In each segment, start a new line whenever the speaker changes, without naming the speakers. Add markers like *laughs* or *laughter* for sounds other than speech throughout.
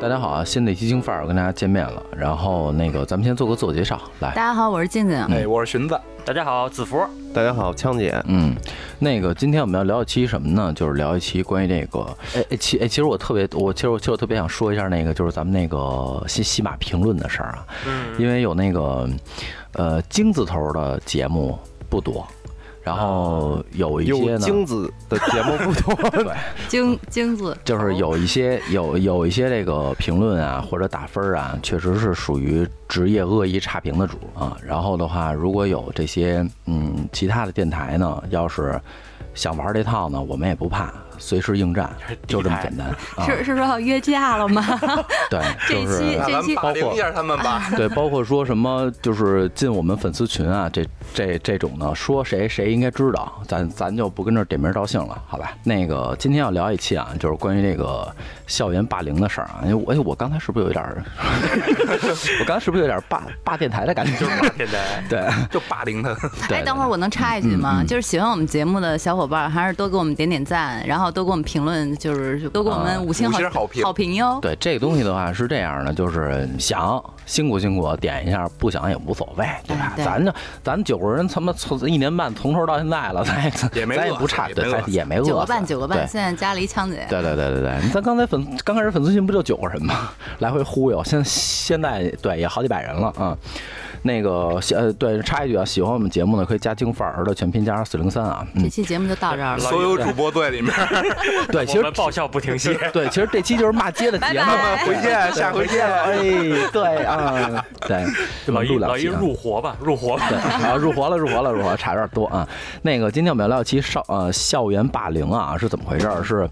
大家好啊！新的一期京范儿，我跟大家见面了。然后那个，咱们先做个自我介绍，
大
来，
家好，我是静静。
哎，我是荀子，
大家好，子福，
大家好，枪姐，
嗯，那个今天我们要聊一期什么呢？就是聊一期关于这个，哎哎，其哎，其实我特别，我其实我其实我特别想说一下那个，就是咱们那个 *laughs* 西西马评论的事儿啊，
嗯，
因为有那个，呃，京字头的节目不多，然后有一些
有
呢，
精子的节目不多，
对，
京京字
嗯就是有一些有有一些这个评论啊或者打分儿啊，确实是属于职业恶意差评的主啊。然后的话，如果有这些嗯其他的电台呢，要是想玩这套呢，我们也不怕，随时应战，就这么简
*laughs*
单啊。
哦是是说要约架了吗？
对，就
这期啊
是
那咱们霸凌一下他们吧。
*laughs* 对，包括说什么就是进我们粉丝群啊，这这这种呢，说谁谁应该知道，咱咱就不跟这儿点名道姓了，好吧？那个今天要聊一期啊，就是关于这个校园霸凌的事儿啊，因为我哎我刚才是不是有一点
*laughs*
儿， *laughs* 我刚才是不是有点儿霸霸电台的感觉？，
就是马电台
*laughs* 对
就霸凌他，
*laughs* 对嗯
哎，等会儿我能插一句吗？就是喜欢我们节目的小伙伴，还是多给我们点点赞，然后多给我们评论，就是多给我们五星
嗯
五星好评
好评哟。
对这个东西的话是这样的，就是想辛苦辛苦点一下，不想也无所谓，对吧？
哎对
咱就咱九个人他妈从一年半从头到现在了，咱也
也没
咱也
饿
不
死
差，
也
对
没
咱
饿死
也没饿死，
九个半，九个
对
半，现在家里枪姐
对对对对对，咱刚才粉刚开始粉丝群不就九个人吗？ *laughs* 来回忽悠，现现在对也好几百人了啊。那个喜呃对，插一句啊，喜欢我们节目的可以加京范儿的全拼加上四零三啊。
这
*laughs*
嗯，
期节目就到这儿了。
*laughs* 所有主播队里面，
对，其
我
实。
们爆笑不 *laughs* 停歇
对，其实这期就是骂街的节目，
*laughs*
拜拜
回见，下回见。
哎，对啊，对，这么
老一
录
老
两
一
期啊。
入活吧，入活吧。，
对，啊，入活了，入活了，入活了，差有点多啊。那个，今天我们要聊一期少呃校园霸凌啊，是怎么回事儿？是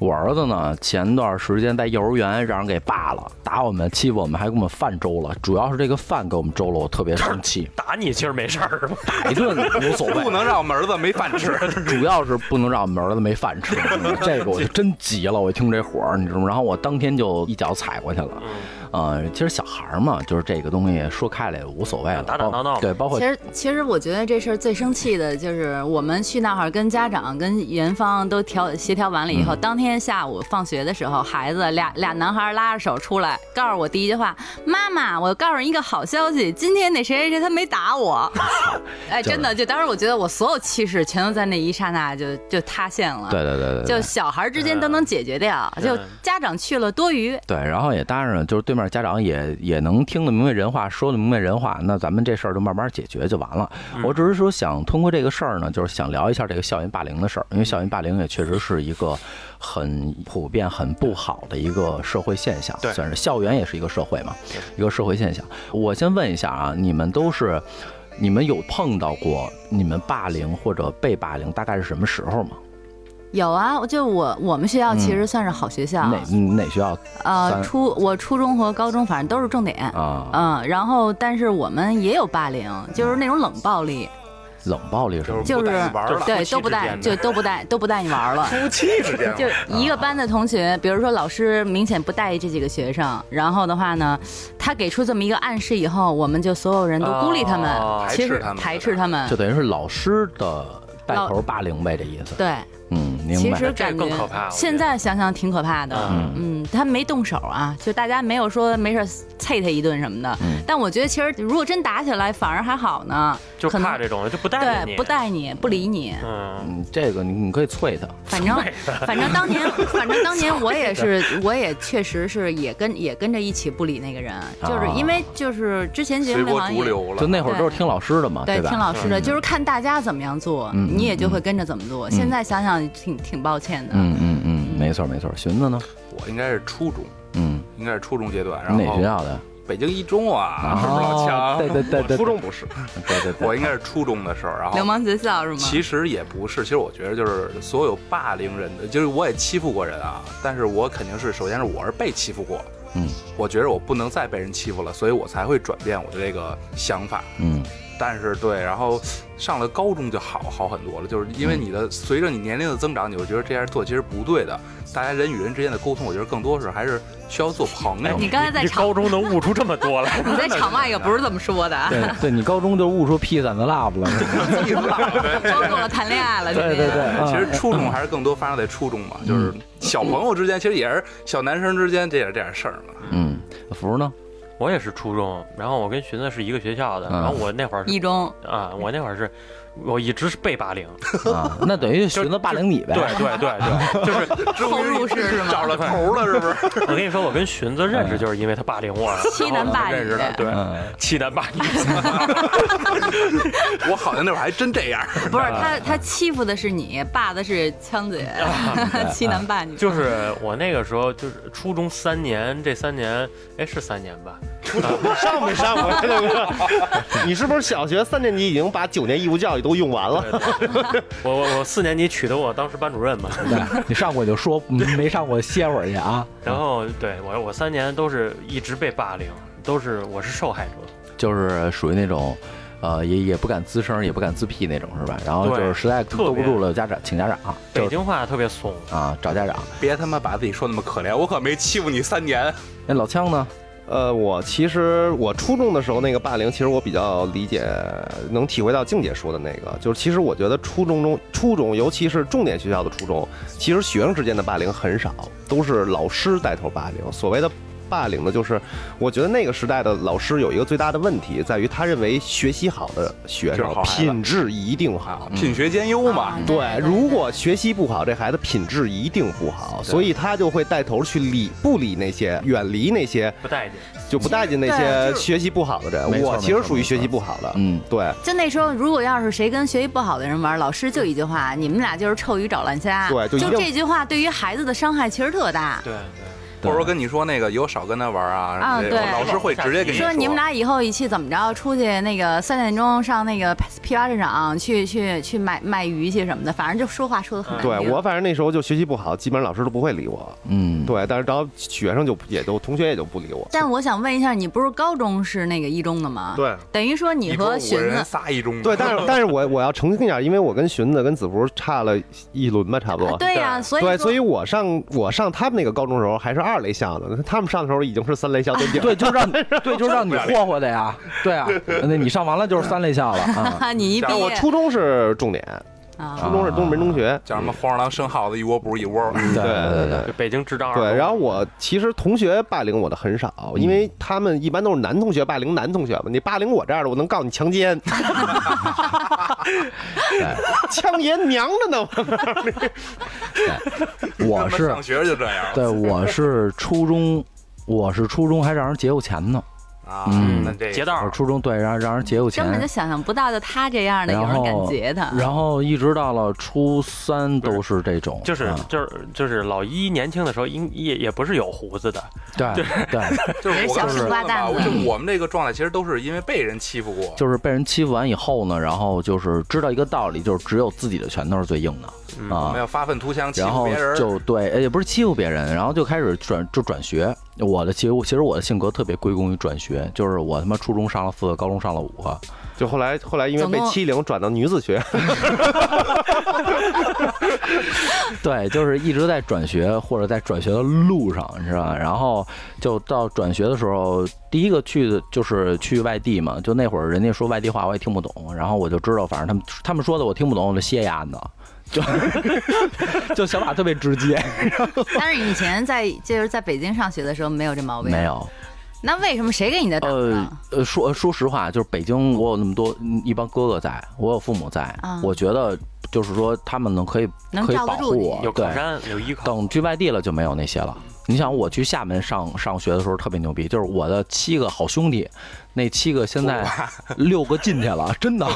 我儿子呢，前段时间在幼儿园让人给霸了，打我们，欺负我们，还给我们饭周了，主要是这个饭给我们周了，我特别生气
打你其实没事儿，
打一顿无所
*laughs* 不
谓，
能让我们儿子没饭 *laughs* 吃。
主要是不能让我们儿子没饭
*laughs*
吃，嗯这个我就真急了，我一听这火儿，你知道吗？然后我当天就一脚踩过去了，
嗯
呃，其实小孩儿嘛，就是这个东西说开了也无所谓了，
打打闹闹
包对，包括
其实，其实我觉得这事儿最生气的就是我们去那儿跟家长、跟园方都调协调完了以后，
嗯
当天下午放学的时候，孩子俩俩男孩拉着手出来，告诉我第一句话：“妈妈，我告诉你一个好消息，今天那谁谁谁他没打
*laughs*
我。”哎，
就是
真的，就当时我觉得我所有气势全都在那一刹那就就塌陷了。
对对对对对，
就小孩之间都能解决掉，
嗯
就家长去了多余。
对，然后也搭上了，就是对面家长也也能听得明白人话，说得明白人话，那咱们这事儿就慢慢解决就完了。我只是说想通过这个事儿呢，就是想聊一下这个校园霸凌的事儿，因为校园霸凌也确实是一个很普遍、很不好的一个社会现象，
对
算是校园也是一个社会嘛，一个社会现象。我先问一下啊，你们都是。你们有碰到过你们霸凌或者被霸凌，大概是什么时候吗？
有啊，我就我我们学校其实算是好学校，
嗯哪嗯哪学校
呃，
三
初我初中和高中反正都是重点，
啊？
嗯，然后但是我们也有霸凌，就是那种冷暴力，
冷暴力是吗？
就是
不带你玩了，
对
夫妻
都不带，就
之间的啊
都不带都不带你玩了。
夫妻之间
就一个班的同学，比如说老师明显不待意这几个学生，然后的话呢，他给出这么一个暗示以后，我我们就所有人都孤立他们，
哦
排斥
其实
他们
排斥他们
就，等于是老师的带头霸凌呗，这意思。
对，
嗯，明
其
白。
实感
这更可
觉
怕我觉得
现在想想挺可怕的。
嗯
嗯，他没动手啊，就大家没有说没事儿啐他一顿什么的。但我觉得其实如果真打起来，反而还好呢，
就
可能
怕这种就不带
对
你，
不，带你不理你。
嗯，
嗯，这个你你可以啐他，
反正反正当年，反正当年我也是，我也确实是也跟也跟着一起不理那个人，就是因为就是之前节
随
目里
波
好像
逐
也
流
就
了。
那会儿都是听老师的嘛，
对
吧？
听老师的，就是看大家怎么样做，
嗯
你也就会跟着怎么做。现在想想挺挺抱歉的。
嗯嗯嗯，没错没错。寻子呢？
我应该是初中，
嗯，
应该是初中阶段。然
哪学
后
校的？
北京一中啊，是不是老
哦
强？
对对对对，
我初中不是，
对对对，
我应该是初中的时候。然后
流氓学校是吗？
其实也不是，其实我觉得就是所有霸凌人的，就是我也欺负过人啊，但是我肯定是首先是我是被欺负过，
嗯，
我觉得我不能再被人欺负了，所以我才会转变我的这个想法。
嗯
但是对，然后上了高中就好好很多了，就是因为你的随着你年龄的增长，你会觉得这样做其实不对的。大家人与人之间的沟通，我觉得更多是还是需要做朋友。
你刚才在
这
场
高中能悟出这么多 *laughs* 来，
你在场外可不是这么说的啊，
对
*laughs*
对，你高中就悟出 P 散的 love 了，
装够了谈恋爱了，
对对对，啊
其实初中还是更多发生在初中嘛，就是小朋友之间，其实也是小男生之间这点这点事儿嘛。
嗯，福呢？
我也是初中，然后我跟寻子是一个学校的，
嗯
然后我那会儿
*laughs*
是
一中
啊，我那会儿是，我一直是被霸凌，
啊，那等于寻思霸凌你
*laughs*
呗，
对
*laughs*
对对对，就是 *laughs*
后入室 *laughs* 是吗？
找了头了是不是？ *laughs*
我跟你说，我跟寻子认识就是因为他霸凌我，
欺男霸
然后我们认
女
识的，对，
嗯，
欺男霸女，
我好像那会儿还真这样。
不是他他欺负的是你，霸的是枪姐，
*laughs*
欺男霸女。
就是我那个时候就是初中三年，这三年，哎是三年吧？
*laughs*
*laughs*
上没上 *laughs* 过呀，大哥？你是不是小学三年级已经把九年义务教育都用完了？
我我我四年级娶的我当时班主任嘛，
对你上过就说，嗯没上过歇会儿去啊，
然后对我我三年都是一直被霸凌，都是我是受害者。
就是属于那种。呃，也也不敢吱声，也不敢自闭那种，是吧？然后就是
对
实在
特别
兜不住了，家长请家长，啊
北
就是
京话特别怂，
啊找家长。
别他妈把自己说那么可怜，我可没欺负你三年。
那老枪呢？
呃，我其实我初中的时候那个霸凌，其实我比较理解，能体会到静姐说的那个，就是其实我觉得初中中初中，尤其是重点学校的初中，其实学生之间的霸凌很少，都是老师带头霸凌。所谓的霸凌呢，就是我觉得那个时代的老师有一个最大的问题，在于他认为学习好的学
就是
生
好孩子
品质一定好。
啊，品学兼优嘛
嗯啊。
对，如果学习不好，这孩子品质一定不好，所以他就会带头去理不理那些，远离那些
不待见。
就不待见那
对
些
就是
学习不好的
没
人。
错
我其实属于学习不好的，
嗯，
对
就那时候，如果要是谁跟学习不好的人玩，老师就一句话：“你们俩就是臭鱼找烂虾。”
对
就
就一定
这句话对于孩子的伤害其实特大。
对
或者说跟你说那个以后少跟他玩啊，
啊
这
对
老师会直接跟
说
说
你们俩以后一起怎么着，出去那个三点钟上那个批发市场去去去卖卖鱼去什么的，反正就说话说的很难
对，
听
我反正那时候就学习不好，基本上老师都不会理我。
嗯，
对，但是然后学生就也都同学也就不理
*laughs*
我。
但我想问一下，你不是高中是那个一中的吗？，
对
等于说你
一桌
和
五
寻
人
子，
仨一中的，
对，但是
*laughs*
但是我我要澄清一下，因为我跟荀子跟子福差了一轮吧，差不多。
啊对呀，
哦对
所以
对，
说
所以我上我上他们那个高中的时候还是二类校的，他们上的时候已经是三类校垫底了。
对，就让对，就让你霍霍的呀，对 *laughs* 啊，那你上完了就是三类校了 *laughs* 啊。
你一毕
但
业，
我初中是重点，
嗯
啊
初中是东直门中学。
叫什么黄鼠狼生耗子，一窝不如一窝。
对对
对，就北京智障二
对，
中
然后我其实同学霸凌我的很少，因为他们一般都是男同学霸凌男同学嘛。你霸凌我这样的，我能告你强 *laughs* 奸，强奸娘着呢。我
对，我
他妈
是
上学就这样
对，我是初中，我是初中还让人劫过钱呢。
啊
嗯，
那这
劫
个
道
我
儿，
初中对让让人劫过
根本就
钱，
想象不到，就他这样的有
然
人
后
敢劫他。
然后一直到了初三都是这种，
就是
嗯
就是就是老一年轻的时候，应也也不是有胡子的，
对对，
就是我
小
刚
吃
说
瓜
的嘛，
蛋
我
子嗯
就我们这个状态其实都是因为被人欺负过，
就是被人欺负完以后呢，然后就是知道一个道理，就是只有自己的拳头是最硬的
嗯我
啊
们。要发愤图强欺
然
负
后
别人，
就对，呃也不是欺负别人，然后就开始转就转学。我的其实其实我的性格特别归功于转学，就是我他妈初中上了四个，高中上了五个，
就后来后来因为被
总共
欺凌转到女子学，
对，就是一直在转学或者在转学的路上，你知道吧？然后就到转学的时候，第一个去的就是去外地嘛，就那会儿人家说外地话我也听不懂，然后我就知道，反正他们他们说的我听不懂，我就歇一案子，
*laughs*
就就想法特别直接，
但是以前在就是在北京上学的时候没有这毛病，
没。有。
那为什么谁给你的档
呃
呢？
呃，说说实话，就是北京，我有那么多嗯一帮哥哥在，我有父母在，
啊
我觉得就是说他们能可以
能
可以
罩得
保
住
护
你
我，
有靠
对。
山，有依靠。
等去外地了就没有那些了。你想，我去厦门上上学的时候特别牛逼，就是我的七个好兄弟，那七个现在六个进去了，真的。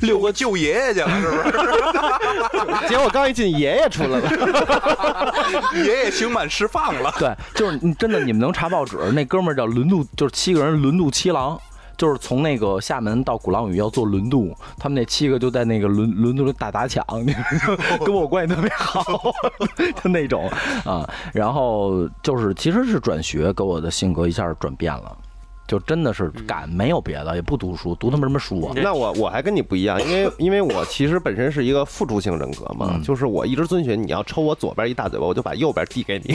六个舅爷爷去了，是不
*laughs* 结果刚一进爷爷出来了。
是？ *laughs* 爷爷刑满释放
*laughs*
了。
对，就是你真的，你们能查报纸，那哥们儿叫轮渡，就是七个人轮渡七郎，就是从那个厦门到鼓浪屿要坐轮渡，他们那七个就在那个轮轮渡里打砸抢， *laughs* 跟我关系特别好， *laughs* 就那种啊。然后就是其实是转学给我的性格一下转变了。就真的是
嗯
敢，没有别的，也不读书，读他妈什么书啊？
对
*laughs* 那我我还跟你不一样，因为因为我其实本身是一个付出性人格嘛，
嗯
就是我一直遵循你要抽我左边一大嘴巴，我就把右边递给你，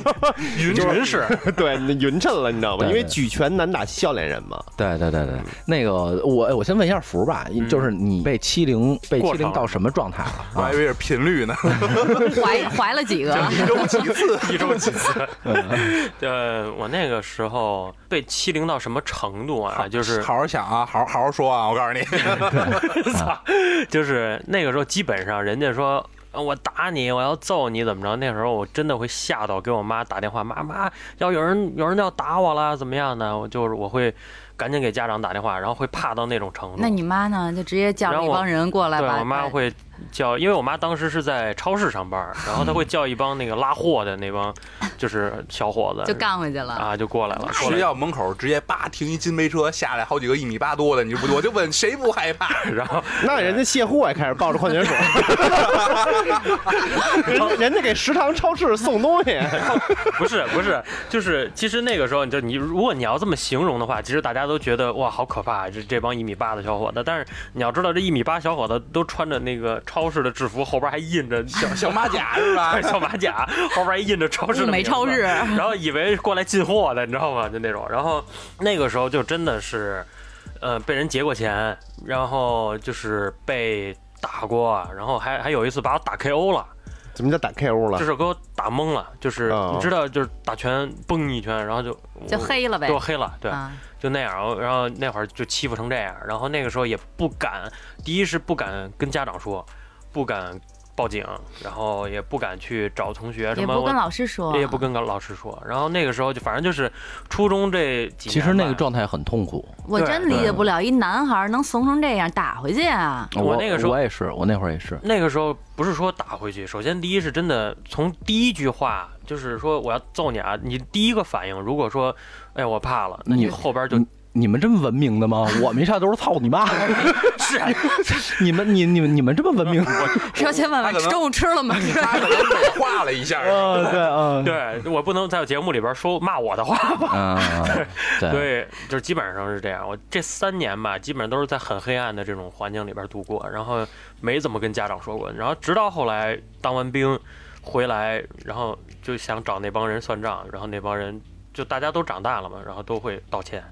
*laughs*
云云是
对，你匀称了，你知道吗？
对
因为
对
举拳难打笑脸人嘛，
对对对对，
嗯
那个我哎我先问一下福吧，就是你被欺凌被欺
过
凌
程
到什么状态
*laughs*
了？啊
我还以为是频率呢，
怀怀了几个？
一周几次，
一周几次。 *laughs* 呃，我那个时候被欺凌到什么程度啊？就是
好好想啊，好好好说啊，我告诉你， *laughs*
就是那个时候，基本上人家说。呃我打你，我要揍你，怎么着？那时候我真的会吓到，给我妈打电话，妈妈要有人有人要打我了，怎么样呢？我就是我会赶紧给家长打电话，然后会怕到那种程度。
那你妈呢？就直接叫了一帮人过来
对
把。
我妈
把
会叫，因为我妈当时是在超市上班儿，然后她会叫一帮那个拉货的那帮，就是小伙子，
*laughs* 就干回去了。
啊，就过来了。过
学
来，
校门口直接叭停一金杯车，下来好几个一米八多的，你就不，我就问谁不害怕？
然后
*laughs* 那人家卸货也开始抱着矿 *laughs* 泉水，人家人家给食堂超市送东西，
*laughs* 不是不是，就是其实那个时候，你就你如果你要这么形容的话，其实大家都觉得哇好可怕，啊这这帮一米八的小伙子。但是你要知道，这一米八小伙子都穿着那个超市的制服，后边还印着小？
小马甲是吧
小马甲，后边还印着超市的
物美
名
嗯
字
超市 *laughs*
然后以为过来进货的，你知道吗？就那种。然后那个时候就真的是，呃，被人劫过钱，然后就是被打过，然后还还有一次把我打 KO 了。
*laughs* 怎么叫打 KO 了
就？是给我打懵了，就是
啊
哦
你知道，就是打拳崩一拳，然后就
就
我
黑了呗
给我黑了，对，
啊，
就那样。然后然后那会儿就欺负成这样，然后那个时候也不敢，第一是不敢跟家长说，不敢报警，然后也不敢去找同学什
也
么，
不跟
我
老师说，
也不跟老师说。然后那个时候就反正就是初中这几年
其实那个
吧。
状态很痛苦，
我真理解不了，一男孩能怂成这样，打回去啊！
我
哦我
那个时候
我也是，我那会儿也是，
那个时候不是说打回去，首先第一是真的从第一句话就是说我要揍你啊，你第一个反应如果说，哎我怕了，那
你
你后边就
你你们这么文明的
*laughs*
吗？我没啥都是操你妈！
是啊
*laughs* 你们你你们你们这么文明？ *laughs*
说先问问
他可能
中午吃了吗？
他可能美化了一下，
呃，对， *laughs* 嗯，
对我不能在节目里边说骂我的话吧？
嗯，对，
*laughs* 对，就是基本上是这样。我这三年吧，基本上都是在很黑暗的这种环境里边度过，然后没怎么跟家长说过。然后直到后来当完兵回来，然后就想找那帮人算账，然后那帮人就大家都长大了嘛，然后都会道歉。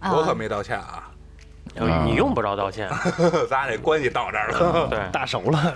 啊
我可没道歉啊， *laughs*
然后你用不着道歉，
咱俩这关系到这儿了。
对， *laughs*
打熟了，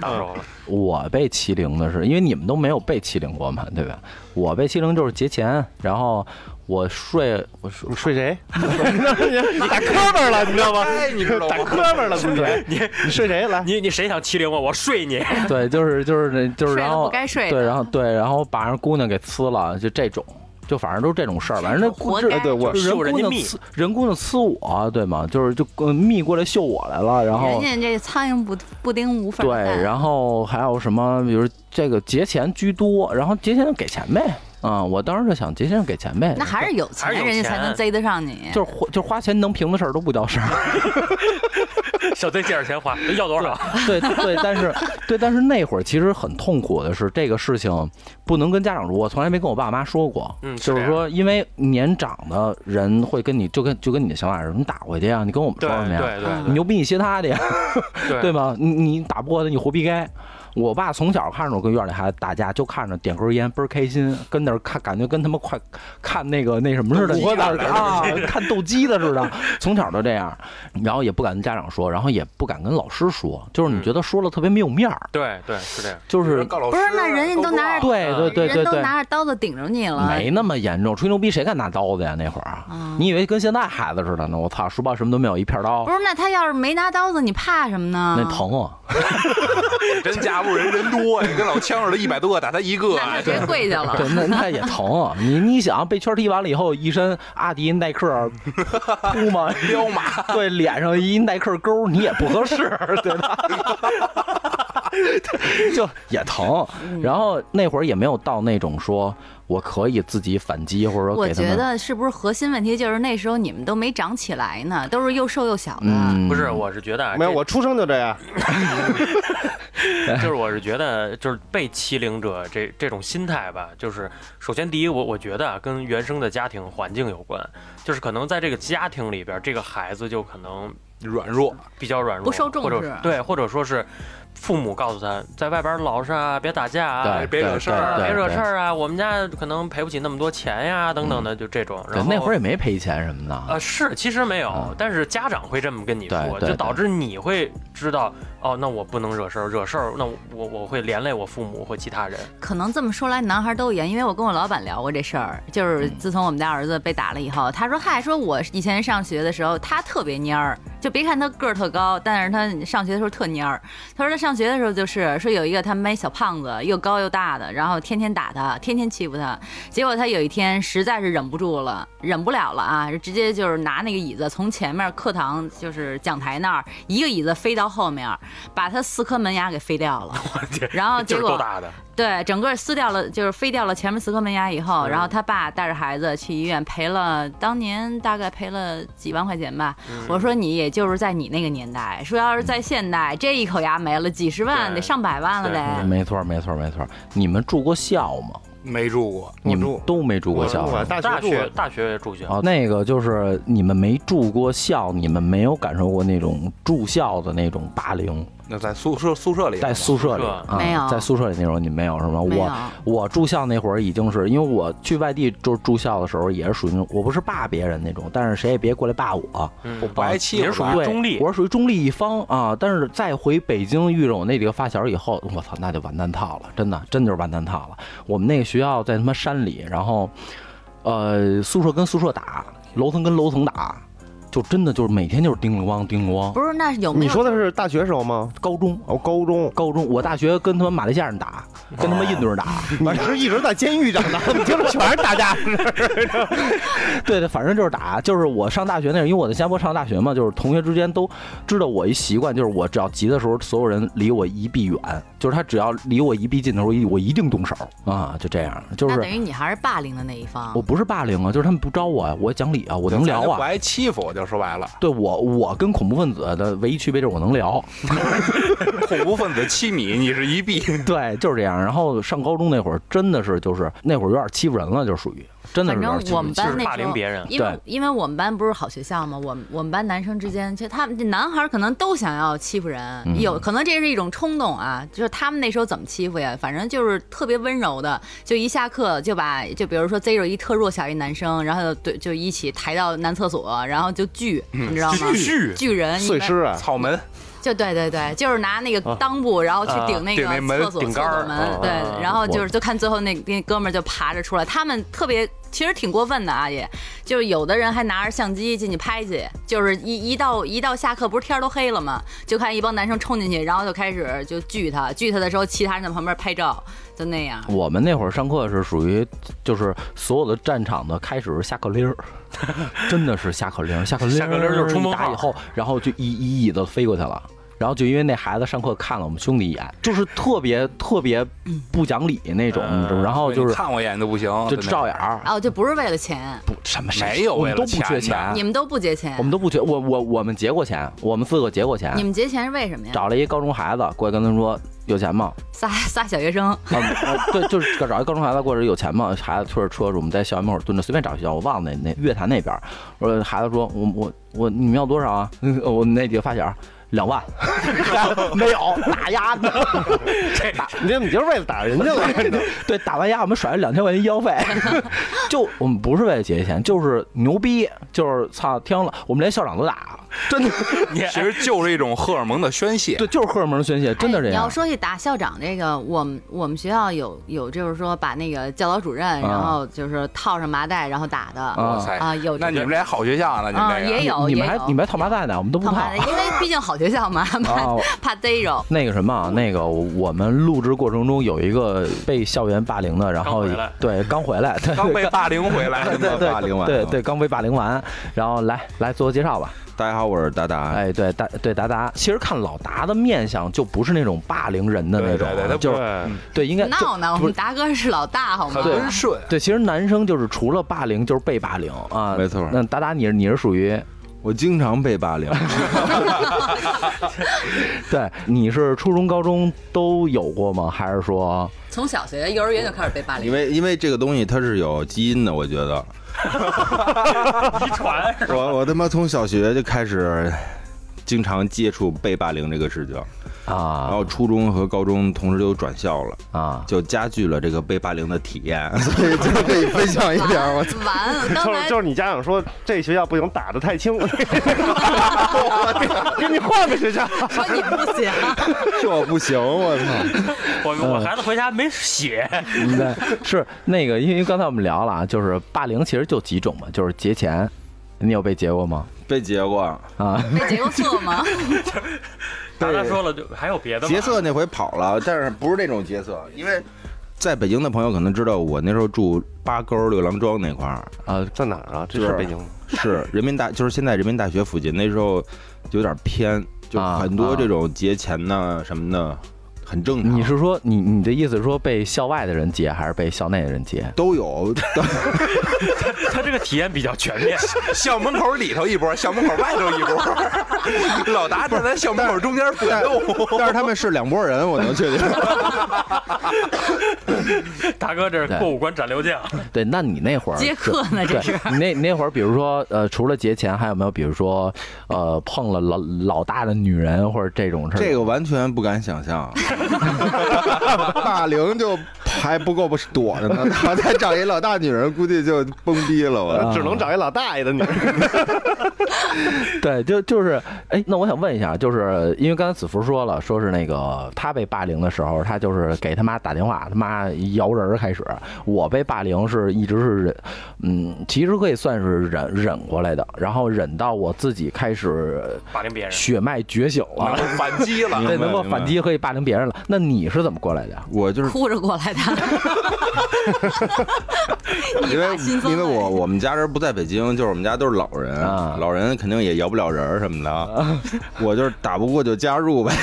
打手了。
我被欺凌的是，因为你们都没有被欺凌过嘛，对吧？我被欺凌就是劫钱，然后我睡我睡
你睡谁？你 *laughs* 打磕巴了，你知道吗？
哎，你知道
*laughs* 打
吗？
磕巴了，你你你睡谁来？
你你谁想欺凌我，我睡你。 *laughs*
对，就是就是那就是
睡了
然后
不该睡的
对，然后对，然后把人姑娘给呲了，就这种，就反正都是这种事儿，反正那姑
活
这
该
哎对我
就是人
秀人
姑
家
娘
蜜
呲人姑娘呲我，对吗？就是就呃蜜过来秀我来了，然后
人家这苍蝇不不叮无缝
对
儿蛋。，
然后还有什么，比如这个节前居多，然后节前就给钱呗，啊、我当时就想节前就给钱呗，
那还是有
还是有
钱，人家才
钱
能贼得上你。
就是花就是花钱能平的事儿都不叫事儿。 *laughs*
小贼借点钱花，要多少？
对对，但是对，但是那会儿其实很痛苦的是，这个事情不能跟家长说，我从来没跟我爸妈说过。
嗯是
就
这
是
样
说，因为年长的人会跟你，就跟就跟你的想法是，你打回去呀，你跟我们
对
说什么呀？
对对
你牛逼，你歇他的呀，
对
对吗？你你打不过他，你活逼该。我爸从小看着我跟院里孩子打架，就看着点根烟倍儿开心，跟那儿看，感觉跟他们快看那个那什么似的，
斗鸡
我
似的
啊，看斗鸡的似的，从小就这样，然后也不敢跟家长说，然后也不敢跟老师说，就是你
嗯
觉得说了特别没有面儿，
对对是这样。
就是
告老
不
师，啊
是那人家都拿着
告状
对对对对
人都
对，
拿着刀子顶着你了，
没那么严重，吹牛逼谁敢拿刀子呀？那会儿
啊，
你以为跟现在孩子似的呢？我操，书包什么都没有，一片刀
不，是？那他要是没拿刀子，你怕什么呢？
那疼啊！
真架不住人人多，啊你跟老枪似的，一百多个打他一个，啊
*laughs* 那他直接跪下了。
对，那那也疼啊。你你想被圈踢完了以后，一身阿迪耐克秃嘛，
彪马，
*laughs* 对，脸上一耐克勾，你也不合适，对吧？ *laughs* 就也疼。
嗯
然后那会儿也没有到那种说我可以自己反击，或者说
我
给他
觉
们。
得是不是核心问题就是那时候你们都没长起来呢，都是又瘦又小的。
嗯，
不是，我是觉得啊
没有，
这
我出生就这样。
*laughs* 就是我是觉得，就是被欺凌者这这种心态吧，就是首先第一，我我觉得啊，跟原生的家庭环境有关，就是可能在这个家庭里边，这个孩子就可能
软弱，
比较软弱，
不受重视
或者对，或者说是父母告诉他，在外边老实啊，别打架啊
对，，
别惹
对
事儿
对
别惹
对
事儿啊，我们家可能赔不起那么多钱呀、等等的，就这种。
嗯对
啊然后
那会儿也没赔钱什么的，
啊，是，其实没有
嗯，
但是家长会这么跟你
对
说，
对
就导致你会知道，哦，那我不能惹事儿，惹事儿，那我我我会连累我父母或其他人。
可能这么说来，男孩都一样，因为我跟我老板聊过这事儿，就是
嗯
自从我们家儿子被打了以后，他说：“嗨，说我以前上学的时候，他特别蔫儿，就别看他个儿特高，但是他上学的时候特蔫儿。他说他上学的时候就是说有一个他们班一小胖子，又高又大的，然后天天打他，天天欺负他。结果他有一天实在是忍不住了，忍不了了啊，直接就是拿那个椅子从前面课堂就是讲台那儿一个椅子飞到后面，把他四颗门牙给飞掉
*laughs*
了。然后
就
结
是
果
够大的，
对，整个撕掉了，就是飞掉了前面四颗门牙以
嗯
后，然后他爸带着孩子去医院赔了，当年大概赔了几万块钱吧。
嗯
我说你也就是在你那个年代，说要是在现代，这一口牙没了几十万，
对
得上百万了
对
嗯
得。
没错没错没错。你们住过校吗？
没住过，嗯
你
我
们
住
都没住过
我
校
我
是吧。
大
大
学
学
住
大学也住校，
哦，那个就是你们没住过校，你们没有感受过那种住校的那种霸凌，
那在宿舍宿舍里
在宿舍里
宿舍
啊，
没有
在宿舍里那种你没有是吗？
没有
我我住校那会儿已经是因为我去外地就是住校的时候也是属于那种我不是霸别人那种，但是谁也别过来霸我，
嗯
我不爱欺
你是
负
属
他
于
对，
中立，
我是属于中立一方啊。但是再回北京遇着我那几个发小以后，我操，那就完蛋套了，真的，真就是完蛋套了。我们那个学校在他妈山里，然后，呃，宿舍跟宿舍打，楼层跟楼层打，就真的就是每天就是叮了咣叮了咣。
不是，那有没
你说
有？
的是大学时候吗？
高中，
哦，高中，
高中，我大学跟他妈马来西亚人
*laughs*
打，跟他妈印度人打，
你是一直在监狱长大，你听着全是打架声。
*laughs* 对对，反正就是打，就是我上大学那会儿，因为我在新加坡上大学嘛，就是同学之间都知道我一习惯，就是我只要急的时候，所有人离我一臂远，就是他只要离我一臂近的时候，我一定动手啊，就这样，就
那
是
等于你还是霸凌的那一方
我。不是霸凌啊，就是他们不招我呀、我讲理啊，我能聊
咱就不
啊。
爱欺负我就说白了，
对我，我跟恐怖分子的唯一区别就是我能聊，
*laughs* 恐怖分子欺你，你是一臂。
*laughs* 对，就是这样。然后上高中那会儿，真的是就是那会儿有点欺负人了，就属于真的是
反
有点
正
欺负人
我们班那时候
霸凌别人
因为因为我们班不是好学校嘛，我们我们班男生之间，就他们这男孩可能都想要欺负人，
嗯
有可能这是一种冲动啊。就是他们那时候怎么欺负呀？反正就是特别温柔的，就一下课就把就比如说 Zero 一特弱小一男生，然后就对就一起抬到男厕所，然后就锯，
嗯
你知道吗？
锯
锯人，
碎
一般
尸
*laughs*
啊，
草门，
就对对对，就是拿那个裆部，然后去顶那个
顶那门
厕所
顶
厕
杆儿
所门，
啊
对
啊，
然后就
我
是就看最后那那哥们儿就爬着出来，他们特别其实挺过分的啊，也就是有的人还拿着相机进去拍去，就是一一到一到下课不是天儿都黑了嘛，就看一帮男生冲进去，然后就开始就锯他，锯他的时候其他人在旁边拍照，就那样。
我们那会儿上课是属于，就是所有的战场的开始是下课铃 *laughs* 儿，真的是下课铃儿，下课铃儿
下课铃儿就是冲锋
一打
号
以后，然后就一一椅子飞过去了。然后就因为那孩子上课看了我们兄弟一眼，就是特别特别不讲理那种，
嗯
你知道吗然后就
你
是
看我一眼都不行，
就
真的
照眼
*laughs*
儿，
哦，就不是为了钱，
不什么谁
没有
我
为
们
了
都不缺
钱
钱
的，
你们都不结钱
我，们都不缺，我我我们结过钱，我们四个结过钱
你，们结钱是为什么呀？
找了一高中孩子过来跟他说有钱吗？
仨仨小学生，
*laughs* 啊，啊对，就是找一高中孩子或者有钱嘛，孩子推着车，我们在校园门口蹲着，随便找学校，我忘了那那乐坛那边儿，我说孩子说，我我我你们要多少啊？ *laughs* 嗯我们那几个发小。两万， *laughs* 没有打压的，
你这你就是为了打人家 *laughs* 了。
对，打完压我们甩了两千块钱医药费， *laughs* 就我们不是为了节钱，就是牛逼，就是操天了，我们连校长都打，真的， *laughs*
你
其实就是一种荷尔蒙的宣泄。
对，就是荷尔蒙宣泄，真的
哎
这
你要
样。
说起打校长这个，我们我们学校有有就是说把那个教导主任，然后就是套上麻袋然后打的
啊
哇塞，
啊，有
那
这
你
个
们俩好学校呢？你
啊
们这
也
个
有
你
也
们还
有
你们还套麻袋呢，我们都不
套
套
麻袋， *laughs* 因为毕竟好学校嘛，
*laughs*
怕
啊。
怕逮着。
那个什么啊，那个我我们录制过程中有一个被校园霸凌的，然后
刚回来
对刚回来，对
*laughs* 刚被霸凌回来，
对对
霸凌
对
完
对
嗯
对刚被霸凌完，然后来来自我介绍吧。
大家好，我是达达。
哎，对达对达达，其实看老达的面相就不是那种霸凌人的那种
对对对他
啊，
不
就是
对，
对应该就
闹呢，我
不
们
是
达哥是老大好吗
*laughs* 很？温顺。
对，其实男生就是除了霸凌就是被霸凌啊，
没错
那达达你是你是属于
我经常被霸凌，
对，你是初中、高中都有过吗？还是说
从小学、幼儿园就开始被霸
因
凌，
为因为这个东西它是有基因的，我觉得
*laughs* 遗传
我我他妈从小学就开始经常接触被霸凌这个事情，然
啊
后初中和高中同时都转校了，
啊？
就加剧了这个被霸凌的体验，所以就可以分享一点儿我操
完了，刚
就是
才
就是你家长说这学校不行，打得太 *laughs* 轻， *laughs* 给你换个学校。
说你不行，
我不行，我操！
我我孩子回家没写，
嗯 *laughs* 对，是那个，因为刚才我们聊了啊，就是霸凌其实就几种嘛，就是劫钱，你有被劫过吗？
被劫过，
啊，
被劫过色吗？
大家说了就还有别的吗
劫色那回跑了，但是不是那种劫色，因为在北京的朋友可能知道，我那时候住八沟六郎庄那块儿，
啊，
在哪儿啊？这
就是是
北京吗？
是人民大，就是现在人民大学附近，那时候有点偏，就
啊
很
啊
多这种劫钱呐什么的，很正常。
你是说你你的意思是说被校外的人劫，还是被校内的人劫？*laughs*
都有，
*laughs* 他这个体验比较全面，
校门口里头一波，校门口外头一 *laughs* 波，老达站在校门口中间滚动。
但是他们是两拨人，我
*laughs*
能确定。
大哥这是过五关斩六将，
对，那你那会儿
接客呢这
对
是
你那你那会儿，比如说呃，除了劫钱，还有没有比如说呃碰了老老大的女人或者这种事儿？
这个完全不敢想象，霸凌就还不够不躲着呢，然后再找一老大女人，估计就懵逼了。我
啊
只能找一老大爷的
*laughs*
女人。
对，就就是，哎，那我想问一下，就是因为刚才子福说了，说是那个他被霸凌的时候，他就是给他妈打电话，他妈摇人儿开始。我被霸凌是一直是忍，嗯，其实可以算是忍忍过来的，然后忍到我自己开始
霸凌别人。
血脉觉醒了，
反击 *laughs*
对，
了，
明白
能够
明白
反击可以霸凌别人了。那你是怎么过来
*laughs*
的？
我就是
哭着过来的，
因为
一把辛酸
因为
泪
我我们家人不在北京，就是我们家都是老人，
啊
老人肯定也摇不了人儿什么的。我就是打不过就加入呗，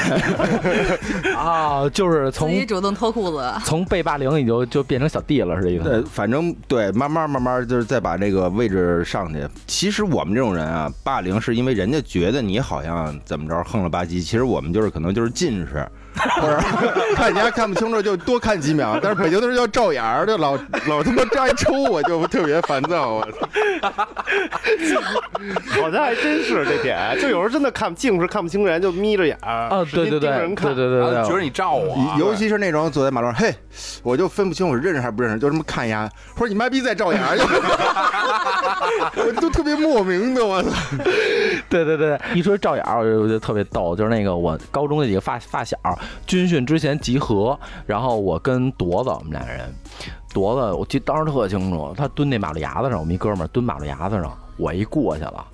啊，就是
自
从
己主动脱裤子，
从被霸凌你就就变成小弟了，是这意思
对，
吗？
反正对，慢慢慢慢就是再把这个位置上去。其实我们这种人啊，霸凌是因为人家觉得你好像怎么着横了吧唧，其实我们就是可能就是近视，或者看人家看不清楚就多看几秒。但是北京都是叫照眼儿，就老老他妈这一抽，我就特别烦躁。我操
好像还真是这点，就有时候真的看近视看不清人，就眯着眼儿
啊，对对对
使劲盯着人，看
对对对
然后啊觉
对
得你照我，
尤其是那种走在马路上，嘿，我就分不清我认识还不认识，就这么看一眼，或者你妈逼在照眼儿， *laughs* 我都特别莫名的，我操！
*laughs* 对对对，一说赵眼儿，我就我就特别逗，就是那个我高中的几个发发小，军训之前集合，然后我跟铎子我们俩人，铎子我记得当时特清楚，他蹲那马路牙子上，我们一哥们儿蹲马路牙子上，我一过去了。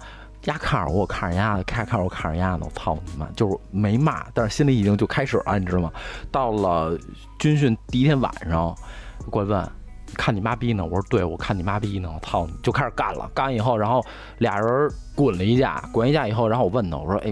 丫看着我，我看着丫的，看看着我，看着丫的，我操你妈！就是没骂，但是心里已经就开始了，你知道吗？到了军训第一天晚上，过来问，看你妈逼呢？我说对，我看你妈逼呢。我操你，就开始干了。干以后，然后俩人滚了一架，滚一架以后，然后我问他，我说哎，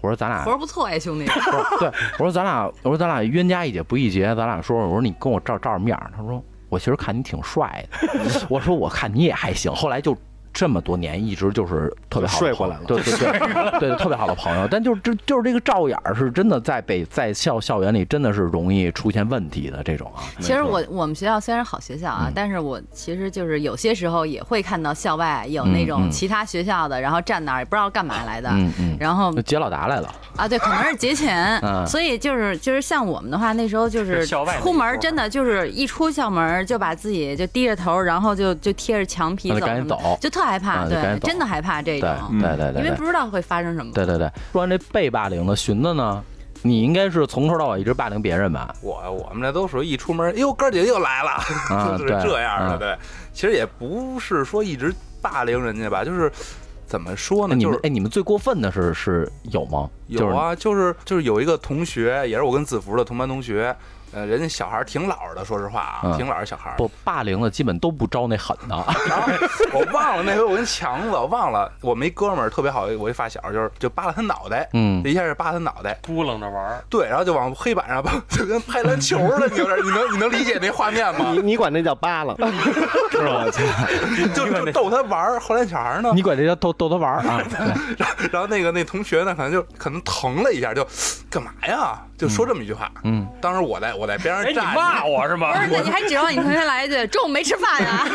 我说咱俩
活儿不错哎，兄弟，
不是 *laughs* 对，我说咱俩，我说咱俩冤家宜解不宜结，咱俩说说，我说你跟我照照着面儿。他说我其实看你挺帅的， *laughs* 我说我看你也还行。后来就这么多年一直就是特别好的
睡过
朋
来
友
了
对对对，对特别好的朋友。但就是这就是这个照眼儿是真的在北在校校园里真的是容易出现问题的这种啊。
其实我我们学校虽然是好学校
嗯
啊，但是我其实就是有些时候也会看到校外有那
嗯
种
嗯
其他学校的，然后站那儿也不知道干嘛来的，
嗯嗯，
*laughs*
*laughs*
然后
那杰老达来了，
啊，对，可能是节前
嗯，
所以就是就是像我们的话，那时候就是是
校外的
出
一波
门真的就是一出校门就把自己就低着头，然后就就贴着墙皮
那就
走
赶
什
紧
么的
走，
就特害怕，
嗯就赶
对
紧，走
真的害怕
对
这种，
对对对
因
对
为不知道会发生什么。
对对对。说完这被霸凌的，寻子呢，你应该是从头到尾一直霸凌别人吧？
我我们这都属于一出门，哟，哥儿姐又来了，
啊，
*laughs* 就
对
是，这样
嗯
的。对，其实也不是说一直霸凌人家吧，就是怎么说
那
呢，
你
就
们
是
哎，你们最过分的是是有吗？
啊有啊，就是就是有一个同学，也是我跟子福的同班同学，呃，人家小孩儿挺老实的，说实话啊，
嗯
挺老实小孩儿。
不，霸凌的基本都不招那狠的，
然后我忘了那回我跟强子，我忘了我们一哥们儿特别好，我一发小就是就扒拉他脑袋，
嗯
就一下就扒拉他脑袋，
嘟囔着玩儿，
对，然后就往黑板上吧， *laughs* 就跟拍篮球似的，你有点，你能你能理解那画面吗
你？你管这叫
*laughs*
扒拉，
就
你管
就
那
逗他玩儿，后来小孩儿呢，
*laughs* 你管这叫逗逗他玩儿啊？
然后那个那同学呢，可能就可能疼了一下，就干嘛呀？就说这么一句话。
*laughs* 嗯，
当时我在我在边上
哎，你
站
骂
着，
我是吗
不？是，那你还指望你同学来一句中午没吃饭啊？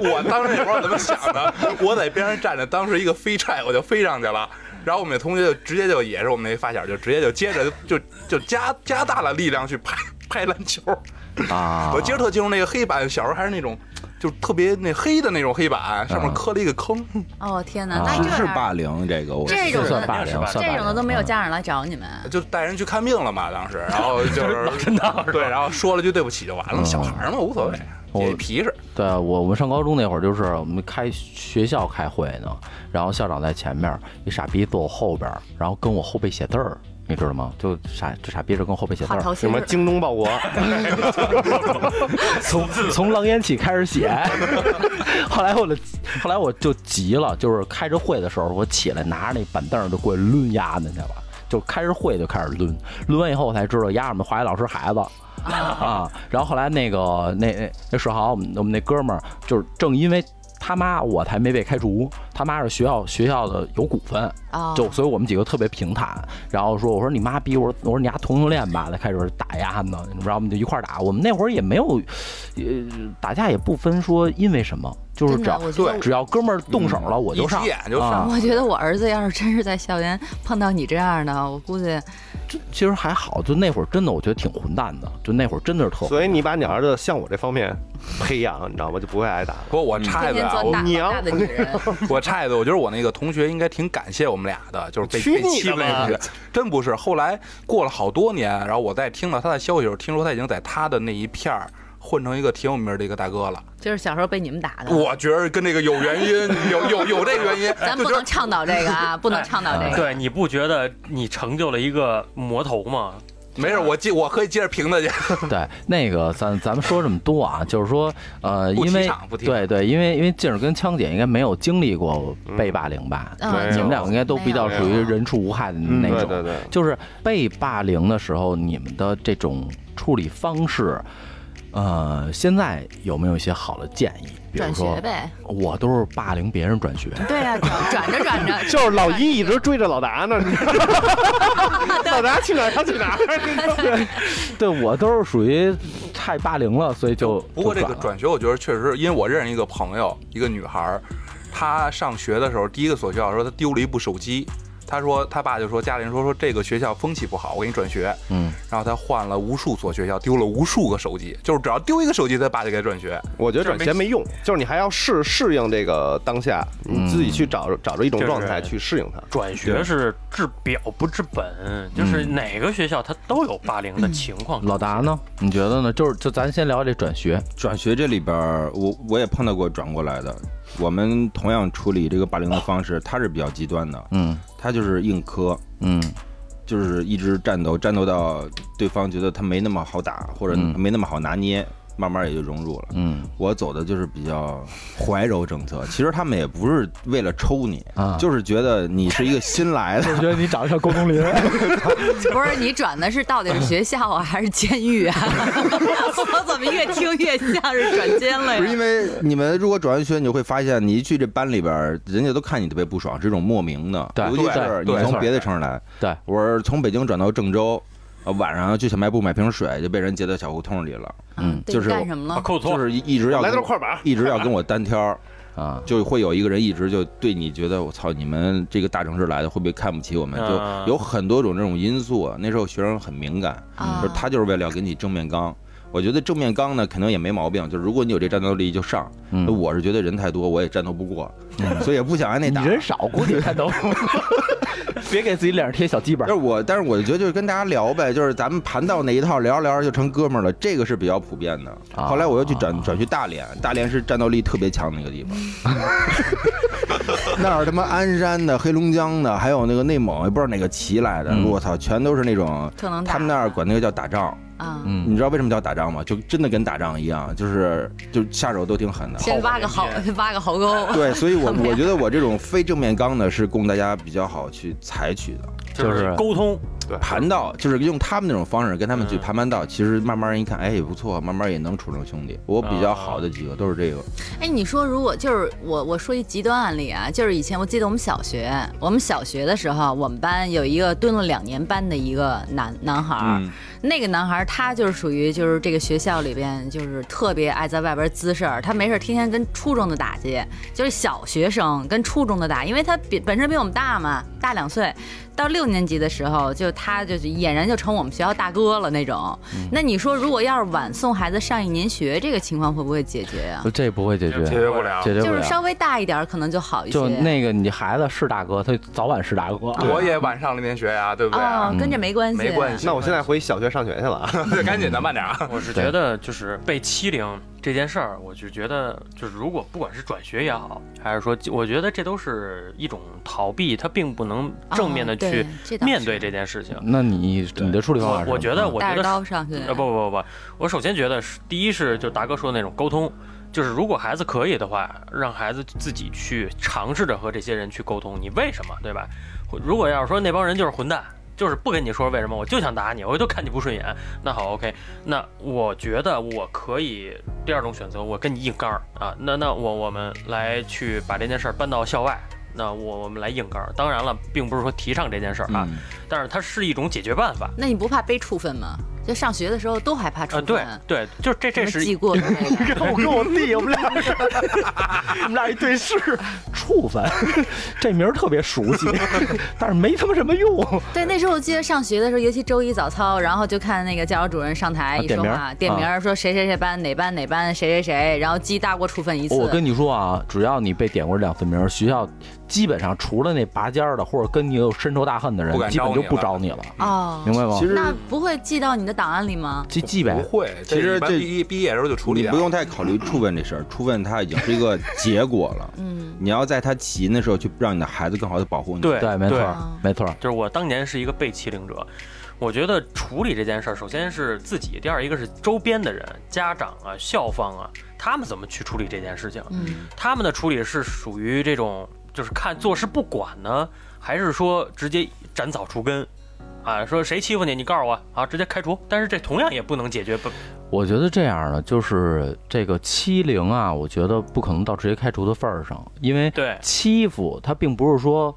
*laughs* 我当时也不知道怎么想 *laughs* 的，我在边上站着，当时一个飞踹我就飞上去了。然后我们那同学就直接就也是我们那发小，就直接就接着就就就加加大了力量去拍拍篮球。
啊，
我接着特清楚那个黑板，小时候还是那种就特别那黑的那种黑板，上面磕了一个坑。
*laughs* 哦天哪，
啊
那
是
这
是
样
霸凌这个，我
这种
这算
的，
霸凌，嗯
肯定是
算
这种的都没有
加。
家长来找你们。
就带人去看病了嘛，当时，然后就是 *laughs* 对，然后说了句对不起就完了，小孩儿嘛无所谓，
我
也皮实。
对我我们上高中那会儿，就是我们开学校开会呢，然后校长在前面，一傻逼坐我后边儿，然后跟我后背写字儿，你知道吗？就傻这傻逼是跟后背写字
画
儿，
头
什
型
么
儿
精忠报国，
从从狼烟起开始写，后来我的后来我就急了，就是开着会的时候，我起来拿着那板凳就过去抡丫的去了。就开着会就开始抡，抡完以后我才知道丫我们化学老师孩子 *laughs* 啊。然后后来那个那那那世豪，我们我们那哥们儿就是正因为他妈我才没被开除，他妈是学校学校的有股份，
啊，
就所以我们几个特别平坦，然后说我说你妈逼，我说我说你丫同性恋吧，才开始打压呢，然后我们就一块儿打，我们那会儿也没有，呃，打架也不分说因为什么，就是
真
只
的，
要
我觉得
只要哥们儿动手了，我就上
嗯一急眼就上
啊
我。我觉得我儿子要是真是在校园碰到你这样的，我估计
这其实还好，就那会儿真的我觉得挺混蛋的，就那会儿真的是特混
所以你把你儿子向我这方面培养，你知道吗？就不会挨打。
不过我插
天
一嘴
天
啊，
做大
娘
老大的女人，
我 *laughs* 我插一嘴，我觉得我那个同学应该挺感谢我们俩的，就是被
去
被
你
欺负
的
那个
吧
同学，真不是。后来过了好多年，然后我在听到他的消息的时候，听说他已经在他的那一片儿混成一个挺有名儿的一个大哥了。
就是小时候被你们打的。
我觉得跟这个有原 *laughs* 因，有有有这个原因，
咱
就
不
觉
能
得
倡导这个啊，不能倡导这个。
哎对，你不觉得你成就了一个魔头吗？
没事，我接我可以接着评他去。
对，那个咱咱们说这么多啊，就是说，呃，
不提
因为
倡不提倡
对对，因为因为静儿跟枪姐应该没有经历过被霸凌吧？
嗯
没有
你们两个应该都比较
没
有
属于人畜无害的
嗯
那种。
对对对，
就是被霸凌的时候，你们的这种处理方式，呃，现在有没有一些好的建议？比如
转
说
学，呗，
我都是霸凌别人转学。
对呀、转转着转着，
*laughs* 就是老一一直追着老达呢，你知道吗
*laughs*
老达去哪儿他去哪儿。
对我都是属于太霸凌了，所以就
不过这个
就了
转学，我觉得确实，因为我认识一个朋友，一个女孩儿，她上学的时候，第一个所学校说她丢了一部手机，她说她爸就说家里人说说这个学校风气不好，我给你转学，
嗯，
然后她换了无数所学校，丢了无数个手机，就是只要丢一个手机，她爸就给她转学。
我觉得转学没用，就是你还要适适应这个当下，你自己去
嗯
找找着一种状态
就是
去适应它。
转学是治表不治本，就是哪个学校它都有霸凌的情
嗯
况。
老达呢？你觉得呢？就是就咱先聊这转学，
转学这里边儿，我我也碰到过转过来的。我们同样处理这个霸凌的方式，他是比较极端的，
嗯
他就是硬磕，
嗯
就是一直战斗，战斗到对方觉得他没那么好打，或者
嗯
没那么好拿捏，慢慢也就融入了。
嗯
我走的就是比较怀柔政策，其实他们也不是为了抽你，
啊，
就是觉得你是一个新来的，
*laughs* 觉得你长得像郭冬临，
不是你转的是到底是学校啊还是监狱啊？ *laughs* 我怎么越听越像是转监了
不是
呀？
因为你们如果转完学，你就会发现，你一去这班里边儿，人家都看你特别不爽，是一种莫名的。
对
尤其是你
对
从
对
别的城市来，
对
我是从北京转到郑州，呃晚上去小卖部买瓶水，就被人截到小胡同里了，
嗯
对
就是
干什么
啊
了？
扣错，
就是一一直要
来
跟
段快板，
一直要跟我单挑，
啊，
就会有一个人一直就对你觉得我操，你们这个大城市来的会不会看不起我们？
啊
就有很多种这种因素啊。那时候学生很敏感，
啊
就是他就是为了要给你正面刚。我觉得正面刚呢，可能也没毛病。就是如果你有这战斗力，就上。
嗯
那我是觉得人太多，我也战斗不过，所以也不想挨
*laughs*
那
你 *laughs*
打。
人少，估计看都别给自己脸上贴小鸡巴
但是。我但是我觉得就是跟大家聊呗，就是咱们盘道那一套，聊着聊着就成哥们儿了，这个是比较普遍的。
啊
后来我又去转转去大连，大连是战斗力特别强的一个地方，
*laughs*
那儿他妈鞍山的、黑龙江的，还有那个内蒙，也不知道哪个旗来的，
嗯
我操，全都是那种。
特能打。
他们那儿管那个叫打仗，
啊，
嗯
你，知道为什么叫打仗吗？就真的跟打仗一样，就是就下手都挺狠的。
先挖个壕，挖个壕沟。
对，所以我
怎么样
我觉得我这种非正面刚呢，是供大家比较好去采取的。
就是
沟通， *laughs*
盘道，就是用他们那种方式跟他们去
嗯
盘盘道，其实慢慢一看，哎也不错，慢慢也能处成兄弟。我比较好的几个都是这个，
哎，你说如果就是我我说一极端案例啊，就是以前我记得我们小学，我们小学的时候，我们班有一个蹲了两年班的一个男男孩儿，
嗯
那个男孩儿他就是属于就是这个学校里边就是特别爱在外边滋事儿，他没事儿天天跟初中的打去，就是小学生跟初中的打，因为他比本身比我们大嘛，大两岁。到六年级的时候，就他就是俨然就成我们学校大哥了那种。那你说，如果要是晚送孩子上一年学，这个情况会不会解决啊呀、
这不会解决，
解决不了。
解决不
就是
了。
稍微大一点儿可能就好一些。
就那个，你孩子是大哥，他早晚是大哥。
啊我也晚上了年学呀，对不对啊？
哦，
嗯
嗯
跟这没关系，
没关系，
那我现在回小学上学去了啊。
对， *laughs* 赶紧的，慢点啊！
我是
对
觉得就是被欺凌这件事儿，我就觉得就是如果不管是转学也好，还是说，我觉得这都是一种逃避，它并不能
哦
正面的去
对倒
面
是嗯
对这件事情。
那你你的处理方法
我
是什么？
我觉得，我觉
带着
得
刀上去。
呃，不不不不，我首先觉得是，第一是就达哥说的那种沟通，就是如果孩子可以的话，让孩子自己去尝试着和这些人去沟通，你为什么，对吧？或如果要是说那帮人就是混蛋，就是不跟你说为什么，我就想打你，我就看你不顺眼，那好，OK，那我觉得我可以第二种选择，我跟你硬刚儿啊，那那我我们来去把这件事儿搬到校外。那我我们来硬刚儿，当然了，并不是说提倡这件事儿啊，
嗯
但是它是一种解决办法。
那你不怕被处分吗？就上学的时候都害怕处
啊，
分，
对对，就这这
什
是
么记过之类
*laughs*
的
我跟我弟，我们俩是，我们俩一对视，触犯， *laughs* 这名儿特别熟悉，但是没他妈什么用。
对，那时候我记得上学的时候，尤其周一早操，然后就看那个教导主任上台
啊
一说话，
点
点
名
名儿说谁谁谁班哪班哪班谁谁谁，然后记大过处分一次。
我跟你说啊，只要你被点过两次名儿，学校基本上除了那拔尖儿的或者跟你有深仇大恨的人
不，敢
基本
招
就
你
不
了
招你了，
哦，
明白吗
其？实
那不会记到你的档案里吗？
记记呗
不，会，
其实
一般
这
毕业毕业的时候就处理啊
你
掉
不用太考虑处分这事儿，处分它已经是一个结果
*laughs*
了。
嗯，
你要在他起因的时候去让你的孩子更好的保护你。
对
嗯对，没错儿
啊，
没错儿。
就是我当年是一个被欺凌者。我觉得处理这件事儿，首先是自己，第二一个是周边的人，家长啊、校方啊，他们怎么去处理这件事情？
嗯，
他们的处理是属于这种，就是看坐视不管呢，还是说直接斩草除根？啊，说谁欺负你，你告诉我啊，直接开除。但是这同样也不能解决不
我觉得这样呢，就是这个欺凌啊，我觉得不可能到直接开除的份儿上，因为
对
欺负他并不是说，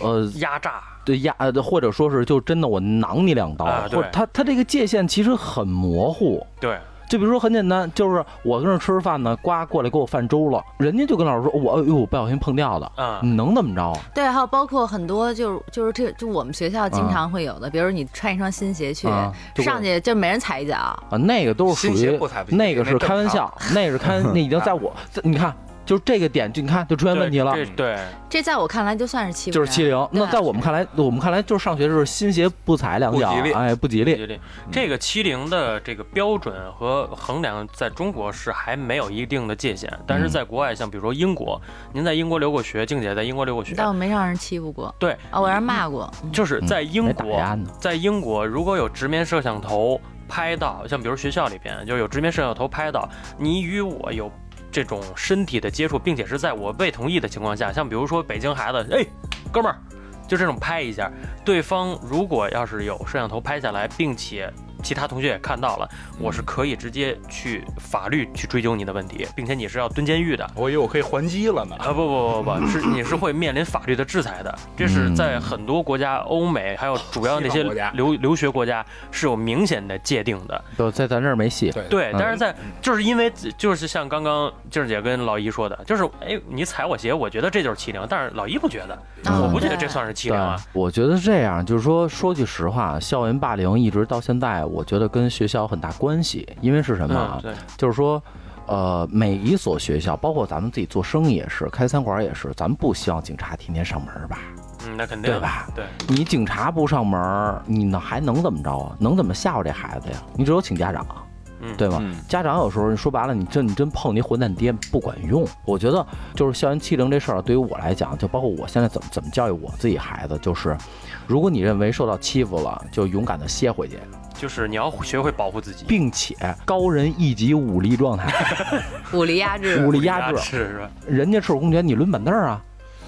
呃，
压榨。
对压，呃或者说是就真的我囊你两刀，
啊对
或者他他这个界限其实很模糊。
对，
就比如说很简单，就是我跟那儿吃着饭呢，呱过来给我饭粥了，人家就跟老师说，我哎呦我不小心碰掉的，
啊
你能怎么着啊？
对，还有包括很多就是就是这就我们学校经常会有的，比如你穿一双新鞋去、
啊就会
上去，就没人踩一脚，
啊，那个都是
新
属
鞋
于
不踩不行
那个
那
是
正
开玩
常
笑，那个是开，那已经在我，在你看，就是这个点，就你看就出现问题了。
对这对，
这在我看来就算是欺负，
就是欺。凌。
对
那在我们看来，我们看来就是上学的时候新鞋不踩两脚
不吉利，
哎，不吉利。
吉利。这个欺凌的这个标准和衡量，在中国是还没有一定的界限，但
嗯
是在国外，像比如说英国，您在英国留过学，静姐在英国留过学，
但我没让人欺负过
对，
啊，我让人骂过，嗯
就是在英
没打
国，
压呢，
在英国如果有直面摄像头拍到，像比如学校里边就有直面摄像头拍到你与我有。这种身体的接触，并且是在我未同意的情况下，像比如说北京孩子，哎，哥们儿，就这种拍一下，对方如果要是有摄像头拍下来，并且其他同学也看到了，我是可以直接去法律去追究你的问题，并且你是要蹲监狱的。
我以为我可以还击了呢。
啊不不不不，是你是会面临法律的制裁的，这
嗯
是在很多国家，欧美还有主要那
西
些
方国家嗯
留留学国家是有明显的界定的。
就在咱这儿没戏。
对
对
嗯，
但是在就是因为就是像刚刚静儿姐跟老姨说的，就是哎你踩我鞋，我觉得这就是欺凌，但是老姨不觉得，
啊
嗯
我不觉得
对
这算是欺
对
凌啊。，
我觉得是这样，就是说，说句实话，校园霸凌一直到现在，我觉得跟学校有很大关系。因为是什么
嗯
啊，？
对，
就是说，呃，每一所学校，包括咱们自己做生意也是，开餐馆也是，咱们不希望警察天天上门吧？
嗯，那肯定
对吧？
对，
你警察不上门儿，你呢还能怎么着啊？能怎么吓唬这孩子呀？你只有请家长，
嗯
对吧？
嗯
家长有时候说白了，你真你真碰你混蛋爹不管用。我觉得就是校园欺凌这事儿，对于我来讲，就包括我现在怎么怎么教育我自己孩子，就是如果你认为受到欺负了，就勇敢的歇回去，
就是你要学会保护自己，
并且高人一级武力状态，
武力压
*laughs*
制
武力压制。
是是吧？
人家赤手空拳，你抡板凳儿啊？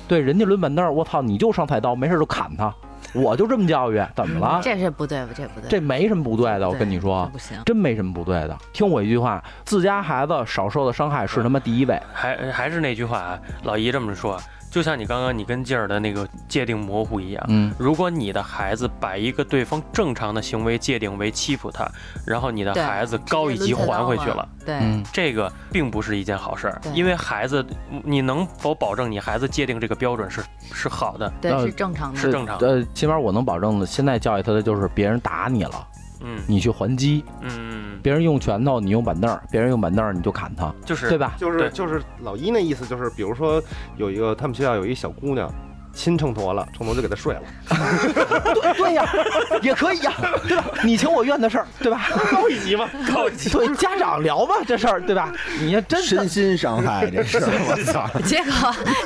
对，人家抡板凳儿，我操，你就上菜刀，没事就砍他，我就这么教育，怎么了？
这是不对，这不对，
啊这没什么不对的，我
对
跟你说啊
这，不行。
真没什么不对的。听我一句话，自家孩子少受的伤害是他妈第一位。
还还是那句话啊，老姨这么说，就像你刚刚你跟劲儿的那个界定模糊一样。
嗯，
如果你的孩子把一个对方正常的行为界定为欺负他，然后你的
对
孩子高一级还回去了，，
对，
嗯，
这个并不是一件好事儿
对，
因为孩子，你能否保证你孩子界定这个标准是是好的？
对
呃
是正常的，
是正常的
呃，起码我能保证的，现在教育他的就是别人打你了，
嗯
你去还击；
嗯，
别人用拳头，你用板凳儿；别人用板凳儿，你就砍他，
就是
对吧？
就是
对
就是老一那意思就是，比如说有一个他们学校有一小姑娘。亲秤砣了，秤砣就给她睡了，
*laughs* 对对呀，也可以呀，对吧？你情我愿的事儿，对吧？
*laughs* 高一级嘛，高一级。
对，家长聊吧这事儿，对吧？你要真
身心伤害这事儿，我操！
结果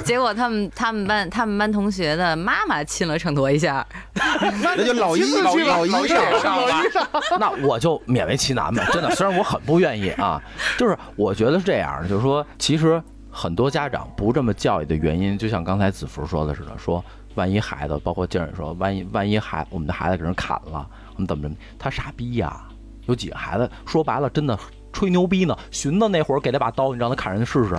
结果他们他们班他们班同学的妈妈亲了秤砣一下，
那就老一
老一
老一
老一
上
也上吧，
那我就勉为其难吧，真的。虽然我很不愿意啊，就是我觉得是这样的，就是说，其实很多家长不这么教育的原因，就像刚才子福说的似的，说万一孩子，包括静儿说，万一万一孩我们的孩子给人砍了，我们怎么怎么，他傻逼呀、有几个孩子说白了，真的吹牛逼呢。寻子那会儿给他把刀，你让他砍人试试，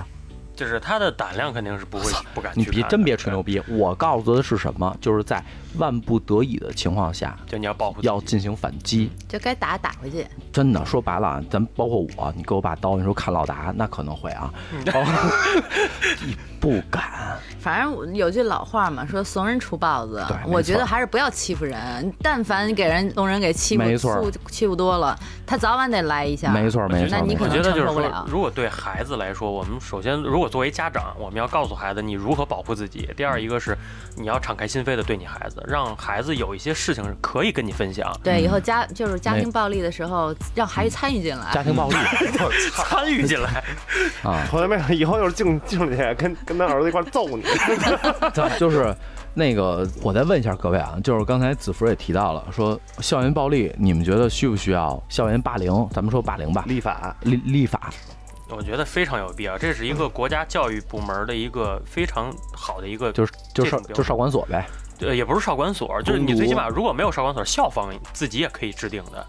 就是他的胆量肯定是不会不嗯敢去
你
看的。
别真别吹牛逼。我告诉他的是什么，就是在万不得已的情况下，
对，就你要保护自己
要进行反击。
就该打打回去。
真的说白了啊，咱包括我，你给我把刀，你说砍老达，那可能会啊，包括 *laughs* 不敢，
反正我有句老话嘛，说怂人出豹子
对没。错
我觉得还是不要欺负人，但凡给人怂人给欺负，
没错
欺负欺负多了，他早晚得来一下。
没错没
那
错，没
你可
错
我
能
觉得就是
承受不
说
了，
如果对孩子来说，我们首先如果作为家长，我们要告诉孩子你如何保护自己；第二一个是你要敞开心扉的对你孩子，让孩子有一些事情可以跟你分享，
嗯
对，以后家就是家
没
庭暴力的时候，让孩子参与进来。
家庭
*laughs*
暴力
参与进来。
啊，
同学们，以后就是静静姐跟跟她儿子一块儿揍你。
对，就是那个，我再问一下各位啊，就是刚才子福也提到了，说校园暴力，你们觉得需不需要校园霸凌？咱们说霸凌吧，
立法，
立立法，
*laughs* 我觉得非常有必要，这是一个国家教育部门的一个非常好的一个，
就是就
这
少
种标准
就少管所呗，
呃，也不是少管所，就是你最起码如果没有少管所，校方自己也可以制定的，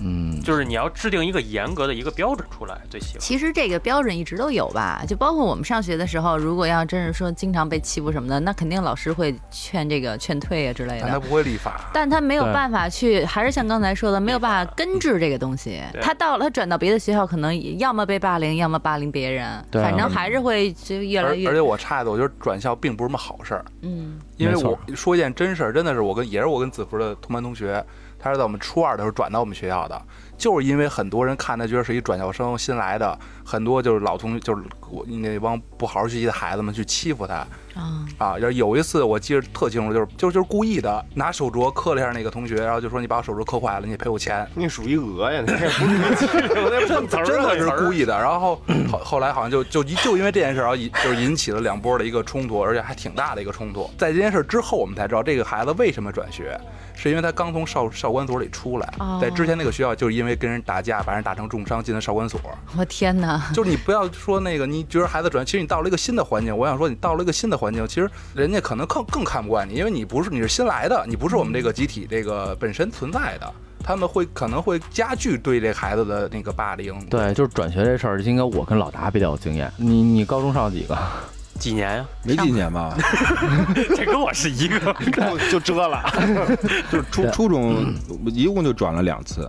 嗯，
就是你要制定一个严格的一个标准出来，最起码。
其实这个标准一直都有吧，就包括我们上学的时候，如果要真是说经常被欺负什么的，那肯定老师会劝这个劝退啊之类
但他
的。
不会立法，
但他没有
对
办法去，还是像刚才说的，没有办法根治这个东西。
对
他到了，他转到别的学校，可能也要么被霸凌，要么霸凌别人，
对啊
反正还是会就越
而
来
而且
越
我插一句，我觉得转校并不是什么好事儿，
嗯，
因为
没错
我说一件真事儿，真的是我跟也是我跟子福的同班同学，他是在我们初二的时候转到我们学校的，就是因为很多人看他觉得是一转校生新来的，很多就是老同就是我那帮不好好学习的孩子们去欺负他
啊，
啊。要是有一次我记得特清楚，就是就是就是故意的拿手镯磕了一下那个同学，然后就说你把我手镯磕坏了，你得赔我钱。
你属于讹呀，你这不是 *laughs* 我那碰瓷儿啊
真的
了
是
这词儿
故意的，然后后后来好像就就就因为这件事，然后引就是引起了两波的一个冲突，而且还挺大的一个冲突。在这件事之后，我们才知道这个孩子为什么转学，是因为他刚从少少管所里出来
哦，
在之前那个学校就是因为跟人打架，把人打成重伤，进了少管所。
我天哪！
就是你不要说那个，你觉得孩子转，其实你到了一个新的环境，我想说你到了一个新的环境，其实人家可能更更看不惯你，因为你不是你是新来的，你不是我们这个集体这个本身存在的。他们会可能会加剧对这孩子的那个霸凌，
对，就是转学这事儿，应该我跟老达比较有经验。你你高中上几个？
几年啊呀、
没几年吧，
*laughs* 这跟我是一个。 *laughs*
就就遮了。
就是初初中，我一共就转了两次，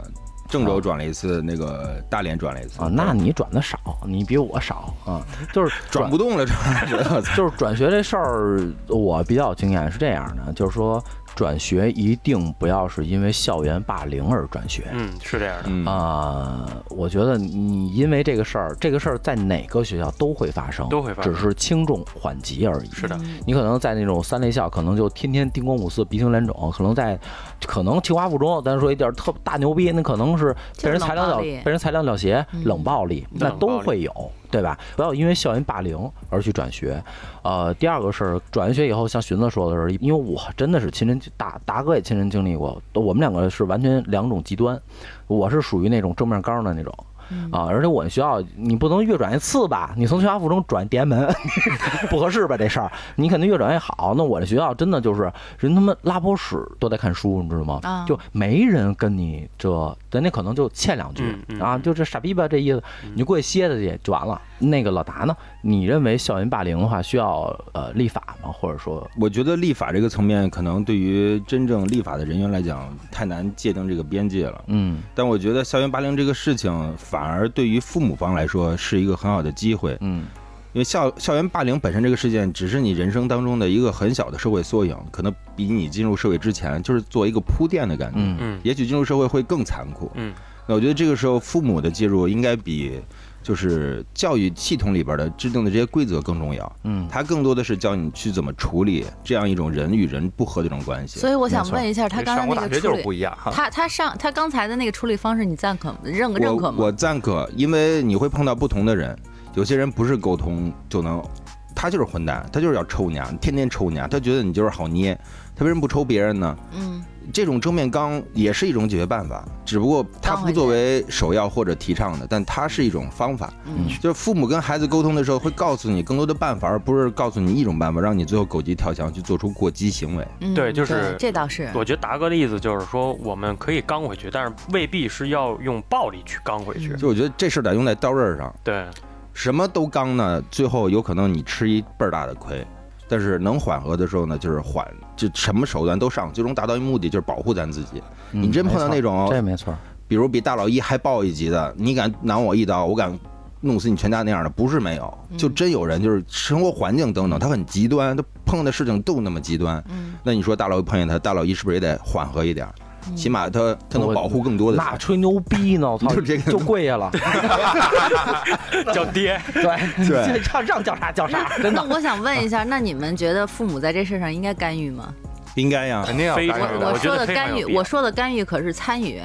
郑州转了一次，那个大连转了一次
啊，那你转的少，你比我少啊，就是
转不动了，这
*laughs*
就是转学这事儿，我比较有经验是这样的，就是说转学一定不要是因为校园霸凌而转学。
嗯，是这样的。
嗯，
啊、我觉得你因为这个事儿，这个事儿在哪个学校都会发生，
都会发生
只是轻重缓急而已。
是的，
你可能在那种三类校，可能就天天叮咣五四、鼻青脸肿；可能在，可能清华附中，咱说一点儿特大牛逼，那可能是被人踩两脚，
就是冷暴力嗯
被人踩两脚鞋，冷暴力，那
嗯冷暴
都
力
会有，对吧？不要因为校园霸凌而去转学。呃，第二个是转完学以后，像寻子说的是，因为我真的是亲身达达哥也亲身经历过，我们两个是完全两种极端。我是属于那种正面刚的那种。
嗯
啊，而且我们学校你不能越转一次吧？你从清华附中转地安门， *laughs* 不合适吧？这事儿你肯定越转越好。那我这学校真的就是人他妈拉泡屎都在看书，你知道吗？
啊
就没人跟你这，人家可能就欠两句、
嗯嗯
啊，就这傻逼吧这意思，
嗯
你就过去歇着去就完了。那个老达呢？你认为校园霸凌的话需要呃立法吗？或者说
我觉得立法这个层面，可能对于真正立法的人员来讲，太难界定这个边界了。
嗯
但我觉得校园霸凌这个事情，反而对于父母方来说是一个很好的机会，
嗯
因为校校园霸凌本身这个事件，只是你人生当中的一个很小的社会缩影，可能比你进入社会之前，就是做一个铺垫的感觉。
嗯
嗯，
也许进入社会会更残酷。
嗯，
那我觉得这个时候父母的介入应该比就是教育系统里边的制定的这些规则更重要，
嗯
它更多的是教你去怎么处理这样一种人与人不和的这种关系。
所以我想
没错
问一下，他刚才
上过
那
大
个
学
处
就是
理
不，一样哈。
他他上他刚才的那个处理方式，你赞可认认可
我
吗？
我赞可，因为你会碰到不同的人，有些人不是沟通就能，他就是混蛋，他就是要抽你啊，天天抽你啊，他觉得你就是好捏，他为什么不抽别人呢？
嗯，
这种正面刚也是一种解决办法，只不过它不作为首要或者提倡的，但它是一种方法。
嗯，
就是父母跟孩子沟通的时候，会告诉你更多的办法，而不是告诉你一种办法，让你最后狗急跳墙去做出过激行为。
嗯
对就是
这倒是，
我觉得达哥的意思就是说，我们可以刚回去，但是未必是要用暴力去刚回去。
就我觉得这事儿得用在刀刃上，
对， *laughs*
什么都刚呢，最后有可能你吃一倍儿大的亏。但是能缓和的时候呢，就是缓，就什么手段都上，最终达到一目的就是保护咱自己。
嗯
你真
没
碰到
错
那种
这没错，
比如比大佬一还暴一级的，你敢挡我一刀，我敢弄死你全家那样的，不是没有，
嗯
就真有人就是生活环境等等，他很极端，他碰的事情都那么极端。
嗯，
那你说大佬一碰见他，大佬一是不是也得缓和一点儿？起码他他能
我
保护更多的人。
嗯那吹牛逼呢，我操，
就这个
就跪下了，
叫爹，
*laughs* 对
*laughs* 对
让让叫啥叫啥，真的
那。我想问一下，那你们觉得父母在这事上应该干预吗？
应该呀，
肯定要
非
干
常
预
我
的
我
觉
说
得
的
非常
干
有
预，
必要
我说的干预可是参与，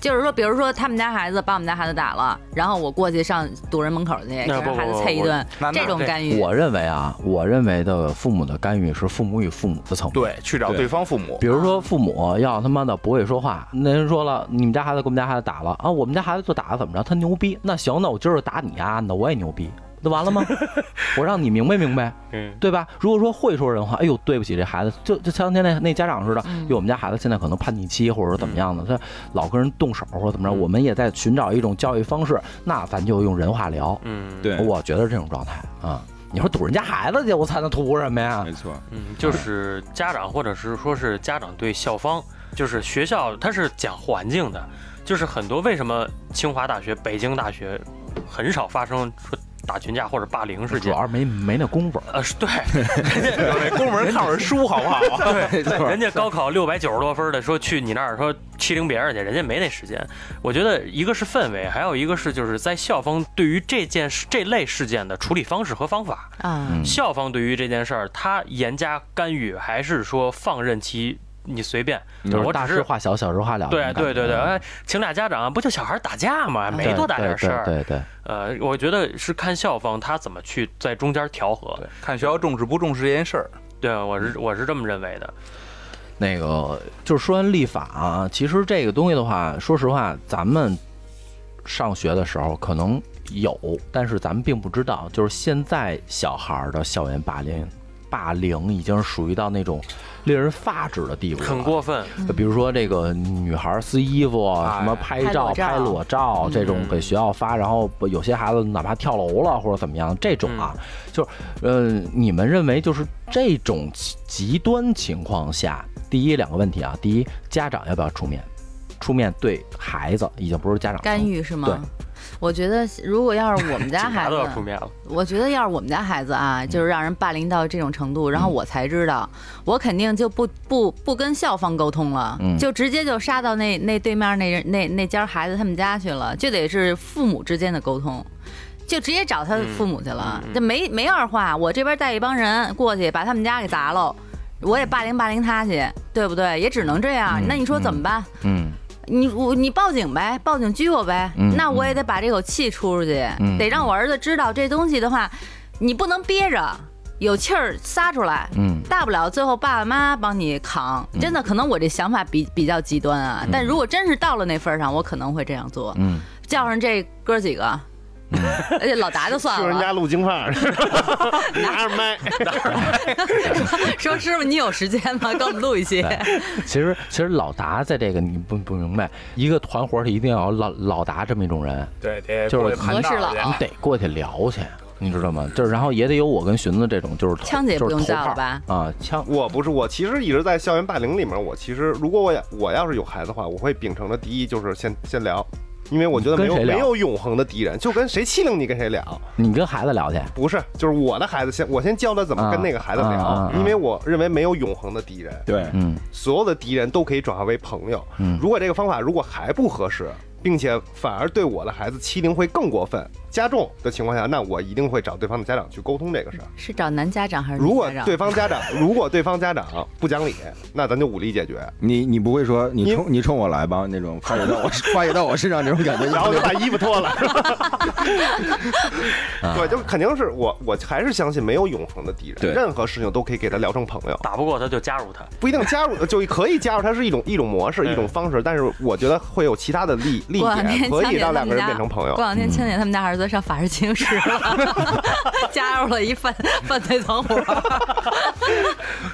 就是说，比如说他们家孩子把我们家孩子打了，然后我过去上堵人门口去，给
那不
人孩
不
子
不
啐一
我
顿
那，
这
那
种
这
干预，
我认为啊，我认为的父母的干预是父母与父母的层面。，
对，去找对方父母
比，如说父母要他妈的不会说话，那人说了，你们家孩子给我们家孩子打了啊，我们家孩子就打了，怎么着？他牛逼，那行，那我今儿就打你丫的，我也牛逼，那完了吗？我让你明白明白，
嗯，
对吧？如果说会说人话，哎呦，对不起，这孩子就就前两天那那家长似的，
嗯
哟，我们家孩子现在可能叛逆期，或者怎么样的，他老跟人动手或者怎么着，我们也在寻找一种教育方式，那咱就用人话聊。
嗯，，
对，
我觉得这种状态啊，你说堵人家孩子去，我操，那图什么呀
没？
*laughs*
错，
嗯，就是家长或者是说是家长对校方，就是学校，它是讲环境的，就是很多为什么清华大学、北京大学很少发生说打群架或者霸凌事
主
件。
要是没没那功夫儿。
呃，是对，
有那公文看会儿书好不好？
没错，
人家高考六百九十多分的，说去你那儿说欺凌别人去，人家没那时间。我觉得一个是氛围，还有一个是就是在校方对于这件事这类事件的处理方式和方法。
啊，
嗯
校方对于这件事儿，他严加干预，还是说放任其你随便？
*laughs* 就是
我
大
只
事
是
化小，小事化了那种
对
感觉。
对对对，哎，请俩家长不就小孩打架吗？没
嗯对
多大点事
对
儿。
对对对，
呃，我觉得是看校方他怎么去在中间调和。
看学校重视不重视这件事儿。
对，我是我是这么认为的。
那个就是说完立法啊，其实这个东西的话，说实话，咱们上学的时候可能有，但是咱们并不知道，就是现在小孩儿的校园霸凌，霸凌已经属于到那种令人发指的地步了，
很过分，
就比如说这个女孩儿撕衣服，啊什么拍照、
拍
拍
裸
裸照这种给学校发，然后有些孩子哪怕跳楼了或者怎么样，这种啊，就是呃，你们认为就是这种极极端情况下，第一两个问题啊，第一，家长要不要出面？出面对孩子已经不是家长
干预是吗？我觉得如果要是我们家
警
孩
察
子
都要扑灭了。
我觉得要是我们家孩子啊，就是让人霸凌到这种程度，然后我才知道，我肯定就不不不跟校方沟通了，
嗯
就直接就杀到那那对面那人那那家孩子他们家去了，就得是父母之间的沟通。就直接找他父母去了，
嗯嗯嗯
这没没二话，我这边带一帮人过去把他们家给砸喽，我也霸凌霸凌他去，对不对？也只能这样。
嗯
那你说怎么办？
嗯
你我你报警呗，报警拘我呗，
嗯
那我也得把这口气出出去，
嗯
得让我儿子知道这东西的话，你不能憋着，有气儿撒出来。
嗯
大不了最后爸爸妈妈帮你扛，真的可能我这想法比比较极端啊，但如果真是到了那份儿上，我可能会这样做。
嗯，
叫上这哥几个，而且老达就算
就人
了，
家录京范儿， *laughs* 拿着麦，
说师傅你有时间吗？给我们录一期。
其实其实老达在这个你不不明白，一个团伙里一定要有老老达这么一种人，
对，得
就是
过去盘
合适
道儿
了啊
你
去
得过去聊去，啊你知道吗？就是然后也得有我跟寻子这种，就是头
枪姐
就是
不用
头
叫
炮
了吧？
啊，枪
我不是，我其实一直在校园霸凌里面。我其实如果我也我要是有孩子的话，我会秉承着第一就是先先聊，因为我觉得没有
跟谁聊
没有永恒的敌人，就跟谁欺凌你跟谁聊。
你跟孩子聊去，
不是，就是我的孩子先我先教他怎么跟那个孩子聊，
啊啊啊啊
因为我认为没有永恒的敌人，
对，
嗯
所有的敌人都可以转化为朋友。
嗯
如果这个方法如果还不合适，并且反而对我的孩子欺凌会更过分加重的情况下，那我一定会找对方的家长去沟通这个事儿。
是找男家长还是
如
女
果
家长？
对方家长如果对方家长不讲
*laughs*
理，那咱就武力解决。
你你不会说你
因
冲你冲我来吧那种发泄到我
*laughs*
发泄到我身上这种感觉，
然后就把衣服脱了，对，就肯定是我，我还是相信没有永恒的敌人，
对
任何事情都可以给他聊成朋友，
打不过他就加入他，
不一定加入，就可以加入，它是一种一种模式，
嗯
一种方式，但是我觉得会有其他的利利
过两天
点，可
强
以
姐他
让两
们
个人
家
变成朋友
过。两天，青姐他们家儿子上法制进行时了， *laughs* 加入了一犯犯罪团伙。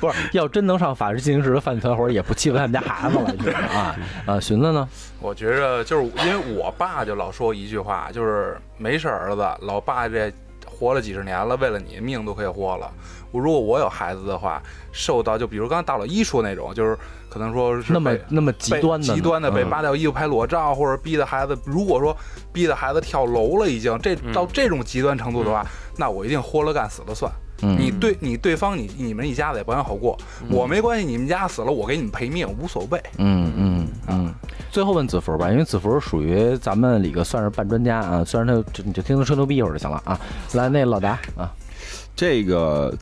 不是，要真能上法制进行时的犯罪团伙，也不欺负他们家孩子了，你知道吗？ *laughs* 啊啊，寻子呢？
我觉着就是因为我爸就老说一句话，就是没事儿儿子，老爸这活了几十年了，为了你命都可以豁了。我如果我有孩子的话，受到就比如刚才大老一说那种，就是可能说是
那么
被
那么极
被
端的呢
极端的被
嗯
扒掉衣服拍裸照，或者逼的孩子，如果说逼的孩子跳楼了，已经这
嗯
到这种极端程度的话，那我一定豁了干死了算。
嗯
你对你对方你你们一家子也不太好过，我没关系，你们家死了我给你们赔命无所谓。
嗯嗯嗯，最后问子福吧，因为子福属于咱们里个算是半专家啊，虽然他就你就听他吹牛逼一会儿就行了啊。来，那老达啊，
这个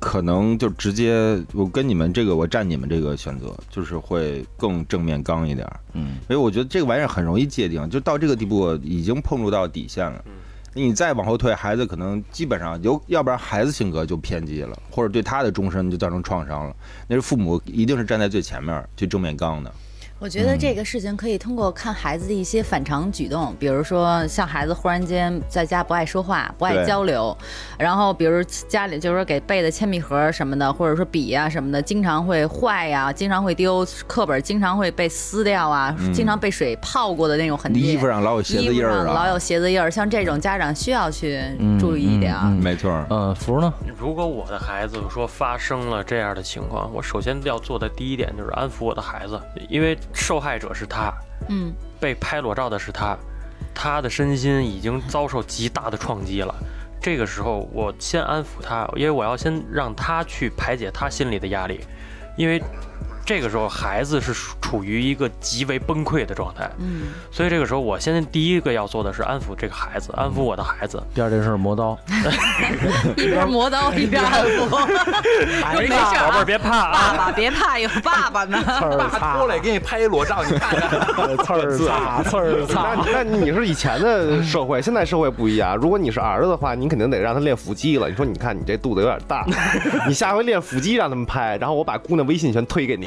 可能就直接我跟你们这个我站你们这个选择，就是会更正面刚一点儿，
嗯
因为我觉得这个玩意儿很容易界定，就到这个地步已经碰触到底线了。
嗯
你再往后退，孩子可能基本上有，要不然孩子性格就偏激了，或者对他的终身就造成创伤了。那是父母一定是站在最前面儿去正面刚的。
我觉得这个事情可以通过看孩子的一些反常举动，比如说像孩子忽然间在家不爱说话、不爱
对
交流，然后比如家里就是说给备的铅笔盒什么的，或者说笔呀、什么的，经常会坏呀、经常会丢，课本经常会被撕掉啊，经常被水泡过的那种痕迹，
衣服上老有鞋
衣
子
服
印儿
上老
啊，
有鞋子印儿，像这种家长需要去注意一点啊。
嗯
没错儿。
呃，福呢？
如果我的孩子说发生了这样的情况，我首先要做的第一点就是安抚我的孩子，因为受害者是他，
嗯，
被拍裸照的是他，他的身心已经遭受极大的创击了。这个时候，我先安抚他，因为我要先让他去排解他心里的压力，因为这个时候孩子是处于一个极为崩溃的状态。
嗯，
所以这个时候，我现在第一个要做的是安抚这个孩子，安
啊
抚我的孩子。
第二件事磨刀，
一边磨刀一边安抚， *laughs*
没
事啊
宝贝儿别怕啊。
爸爸别怕，有爸爸
*laughs*
呢。
刺儿
爸出来给你拍一裸照，你看看。
*laughs* 刺儿擦，刺儿
那
擦。
那你是以前的社会，现在社会不一样。如果你是儿子的话，你肯定得让他练腹肌了。你说，你看你这肚子有点大，你下回练腹肌让他们拍，然后我把姑娘微信全推给你。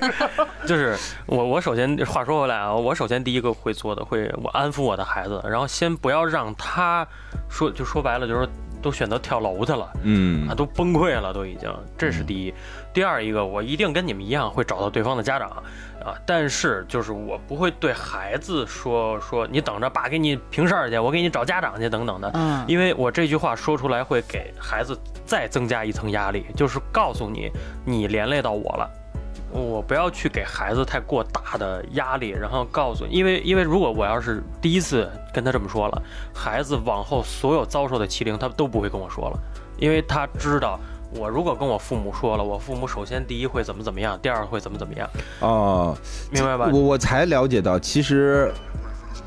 *laughs* 就是我，我首先话说回来啊，我首先第一个会做的，会我安抚我的孩子，然后先不要让他说，就说白了，就是都选择跳楼去了，
嗯
啊，，都崩溃了，都已经，这是第一。第二一个，我一定跟你们一样会找到对方的家长啊，但是就是我不会对孩子说说你等着爸给你平事儿去，我给你找家长去等等的，
嗯，
因为我这句话说出来会给孩子再增加一层压力，就是告诉你你连累到我了。我不要去给孩子太过大的压力，然后告诉，因为因为如果我要是第一次跟他这么说了，孩子往后所有遭受的欺凌，他都不会跟我说了，因为他知道。我如果跟我父母说了，我父母首先第一会怎么怎么样，第二会怎么怎么样，
哦，
明白吧
我？我才了解到，其实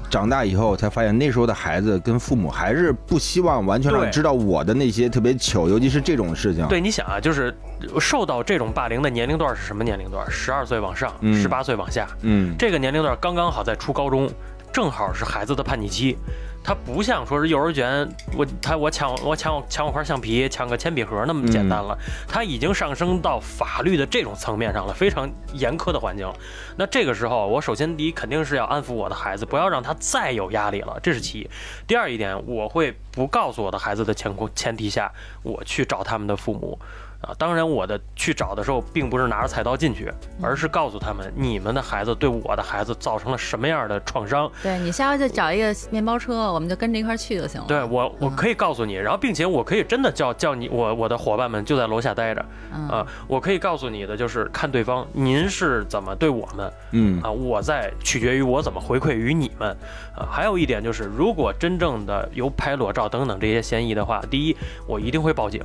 长大以后才发现，那时候的孩子跟父母还是不希望完全让
对
知道我的那些特别糗，尤其是这种事情。
对，你想啊，就是受到这种霸凌的年龄段是什么年龄段？十二岁往上，
嗯
十八岁往下，
嗯，
这个年龄段刚刚好在初高中，正好是孩子的叛逆期。他不像说是幼儿园，我他我抢我抢我抢我块橡皮，抢个铅笔盒那么简单了，他已经上升到法律的这种层面上了，非常严苛的环境了。那这个时候，我首先第一肯定是要安抚我的孩子，不要让他再有压力了，这是其一。第二一点，我会不告诉我的孩子的前前提下，我去找他们的父母。啊，当然，我的去找的时候，并不是拿着菜刀进去，而是告诉他们，你们的孩子对我的孩子造成了什么样的创伤。
对你下回就找一个面包车，我们就跟着一块儿去就行了。
对我，
嗯
我可以告诉你，然后并且我可以真的叫叫你，我我的伙伴们就在楼下待着
嗯，
啊，我可以告诉你的就是看对方您是怎么对我们， *laughs*
嗯
啊，我在取决于我怎么回馈于你们。啊，还有一点就是，如果真正的有拍裸照等等这些嫌疑的话，第一，我一定会报警。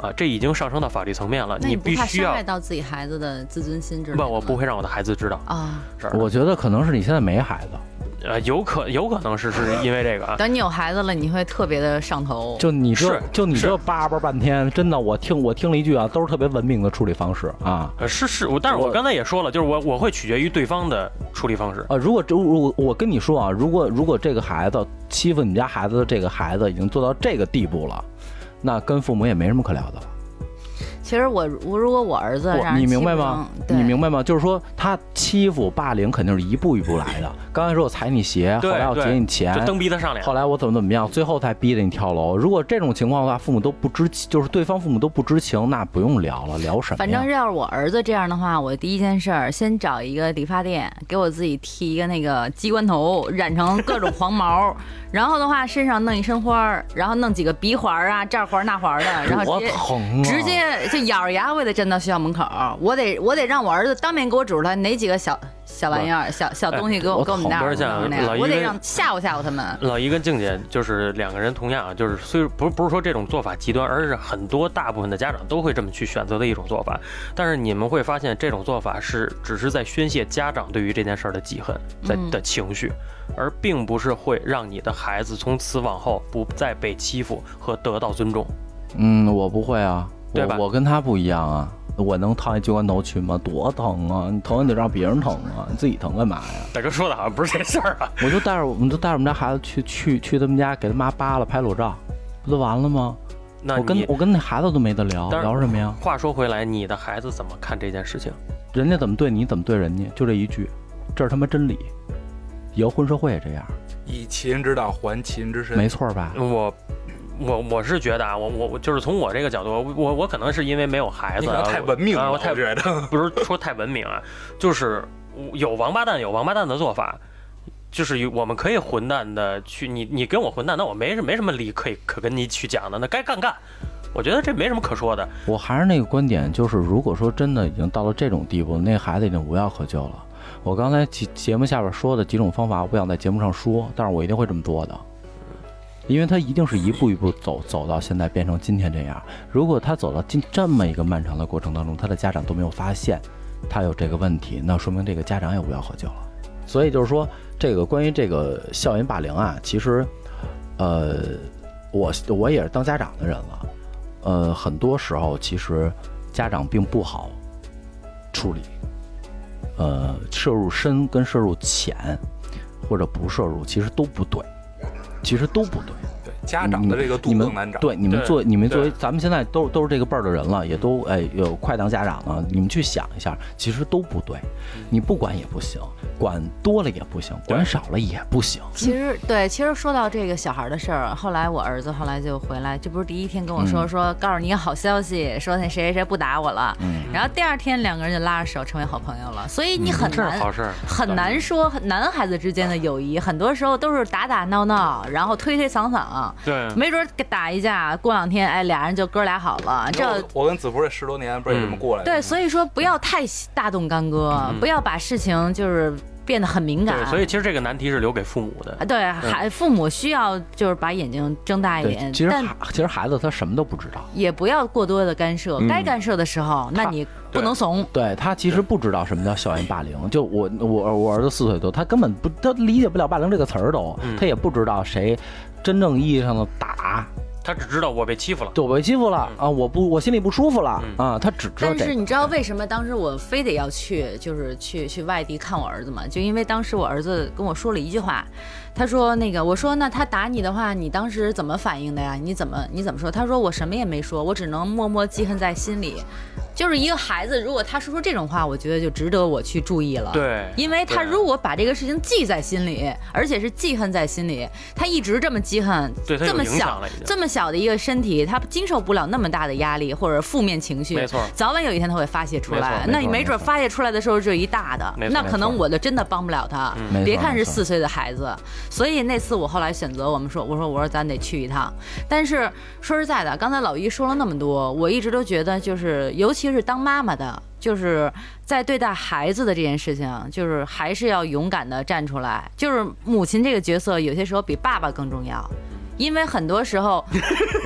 啊，这已经上升到法律层面了，
那你不
必
怕
须
伤
要
害到自己孩子的自尊心之类
不，
的
我
吗
不会让我的孩子知道。
啊。。
这儿
我觉得可能是你现在没孩子，
呃，有可有可能是是因为这个啊
等你有孩子了，你会特别的上头。
就你这
是
就你这
是
叭叭半天，真的，我听我听了一句啊，都是特别文明的处理方式啊。
呃，是是，我但是我刚才也说了，就是我我会取决于对方的处理方式。
啊，如果这我我跟你说啊，如果如果这个孩子欺负你们家孩子的这个孩子已经做到这个地步了，那跟父母也没什么可聊的了。
其实我我如果我儿子
不
让人
你明
欺
白
负
吗
成？对
你明白吗？就是说他欺负霸凌肯定是一步一步来的。刚才说我踩你鞋，后
对
来我劫
对
你
就
哎
钱。
蹬鼻子上脸
后，来我怎么怎么样，最后才逼着你跳楼。如果这种情况的话，父母都不知，就是对方父母都不知情，那不用聊了，聊什么
反
呀
正？要是我儿子这样的话，我第一件事儿先找一个理发店，给我自己剃一个那个鸡冠头，染成各种黄毛，然后的话身上弄一身花儿，然后弄几个鼻环儿啊，这儿环儿那环儿的，然后
多
直接。
疼啊！
直接就咬着牙，我也得站到学校门口儿，我得我得让我儿子当面给我指出来哪几个小小玩意儿、小小东西给我
我
给我们
懂
那
不
儿
是
给我们
像
那样
老一
我得
跟
让吓唬吓唬他们。
老姨跟静姐就是两个人，同样啊，就是虽不是不是说这种做法极端，而是很多大部分的家长都会这么去选择的一种做法。但是你们会发现，这种做法是只是在宣泄家长对于这件事儿的记恨，在
嗯
的情绪，而并不是会让你的孩子从此往后不再被欺负和得到尊重。
嗯，我不会啊，
对吧
我我跟他不一样啊，我能烫一鸡冠头去吗？多疼啊！你疼你得让别人疼啊，你自己疼干嘛呀？
大哥说的好像不是这事儿啊，
我就带着我们就带着我们家孩子去去去他们家给他妈扒了拍裸照，不就完了吗？
那
我跟
你
我跟那孩子都没得聊，
但是
聊什么呀？
话说回来，你的孩子怎么看这件事情？
人家怎么对你怎么对人家，就这一句，这是他妈真理。以后混社会也这样，
以其人之道还其人之身。
没错吧？
我。我我是觉得啊，我我我就是从我这个角度，我我可能是因为没有孩
你
子
可
啊，
能太文明
啊
了，
我太
我觉得。
不是说太文明啊，就是有王八蛋有王八蛋的做法，就是有我们可以混蛋的去，你你跟我混蛋，那我没没什么理可以可跟你去讲的，那该干干。我觉得这没什么可说的，
我还是那个观点，就是如果说真的已经到了这种地步，那孩子已经无药可救了。我刚才节节目下边说的几种方法，我不想在节目上说，但是我一定会这么做的，因为他一定是一步一步走走到现在变成今天这样。如果他走到今这么一个漫长的过程当中，他的家长都没有发现他有这个问题，那说明这个家长也无药可救了。所以就是说，这个关于这个校园霸凌啊，其实，呃，我我也是当家长的人了，呃，很多时候其实家长并不好处理，呃，摄入深跟摄入浅，或者不摄入，其实都不对，其实都不对。
对家长的这个度
你们
更难找。
对，你们
对
做你们作为
对
咱们现在都都是这个辈儿的人了，也都哎有快当家长了，你们去想一下，其实都不对，
嗯
你不管也不行，管多了也不行，管少了也不行。
其实对，其实说到这个小孩的事儿，后来我儿子后来就回来，这不是第一天跟我
嗯
说、说，告诉你一个好消息，说那谁谁谁不打我了。
嗯
然后第二天两个人就拉着手成为好朋友了，所以你很
嗯这
难、
是好事儿。
很难说男孩子之间的友谊，很多时候都是打打闹闹，然后推推搡搡，啊
对，
没准儿给打一架，过两天哎俩人就哥俩好了，这
我我跟子福这十多年不知道怎么过来的。
对，所以说不要太大动干戈，不要把事情就是变得很敏感
嗯对，。所以其实这个难题是留给父母的
啊，。对，孩父母需要就是把眼睛睁大
嗯
一
对，
点，
其实
哎但
孩其实孩子他什么都不知道，
也不要过多的干涉，该干涉的时候，那你不能怂。
嗯对他其实不知道什么叫校园霸凌。就我我我儿子四岁多，他根本不他理解不了霸凌这个词儿都，他也不知道谁真正意义上的打，
他只知道我被欺负了。
对我被欺负了啊，我不我心里不舒服了啊，他只知道
但是
这个。
你知道为什么当时我非得要去，就是去去外地看我儿子吗？就因为当时我儿子跟我说了一句话，他说那个我说那他打你的话，你当时怎么反应的呀？你怎么你怎么说？他说我什么也没说，我只能默默记恨在心里。就是一个孩子，如果他说出这种话，我觉得就值得我去注意了。
对
因为他
对啊
如果把这个事情记在心里，而且是记恨在心里，他一直这么记恨，
对他有
这么
影响
小
了已经
这么小的一个身体，他经受不了那么大的压力或者负面情绪，
没错
早晚有一天他会发泄出
没
来。
错
那
没
你
错
没准
没错
发泄出来的时候就是一大的
没，错
那
没
可能
错
我就真的帮不了他。
没
别
错
看
没
是
错
四岁的孩子，所以那次我后来选择我们说，我说我说咱得去一趟。但是说实在的，刚才老一说了那么多，我一直都觉得就是，尤其是当妈妈的，就是在对待孩子的这件事情，就是还是要勇敢的站出来。就是母亲这个角色，有些时候比爸爸更重要。因为很多时候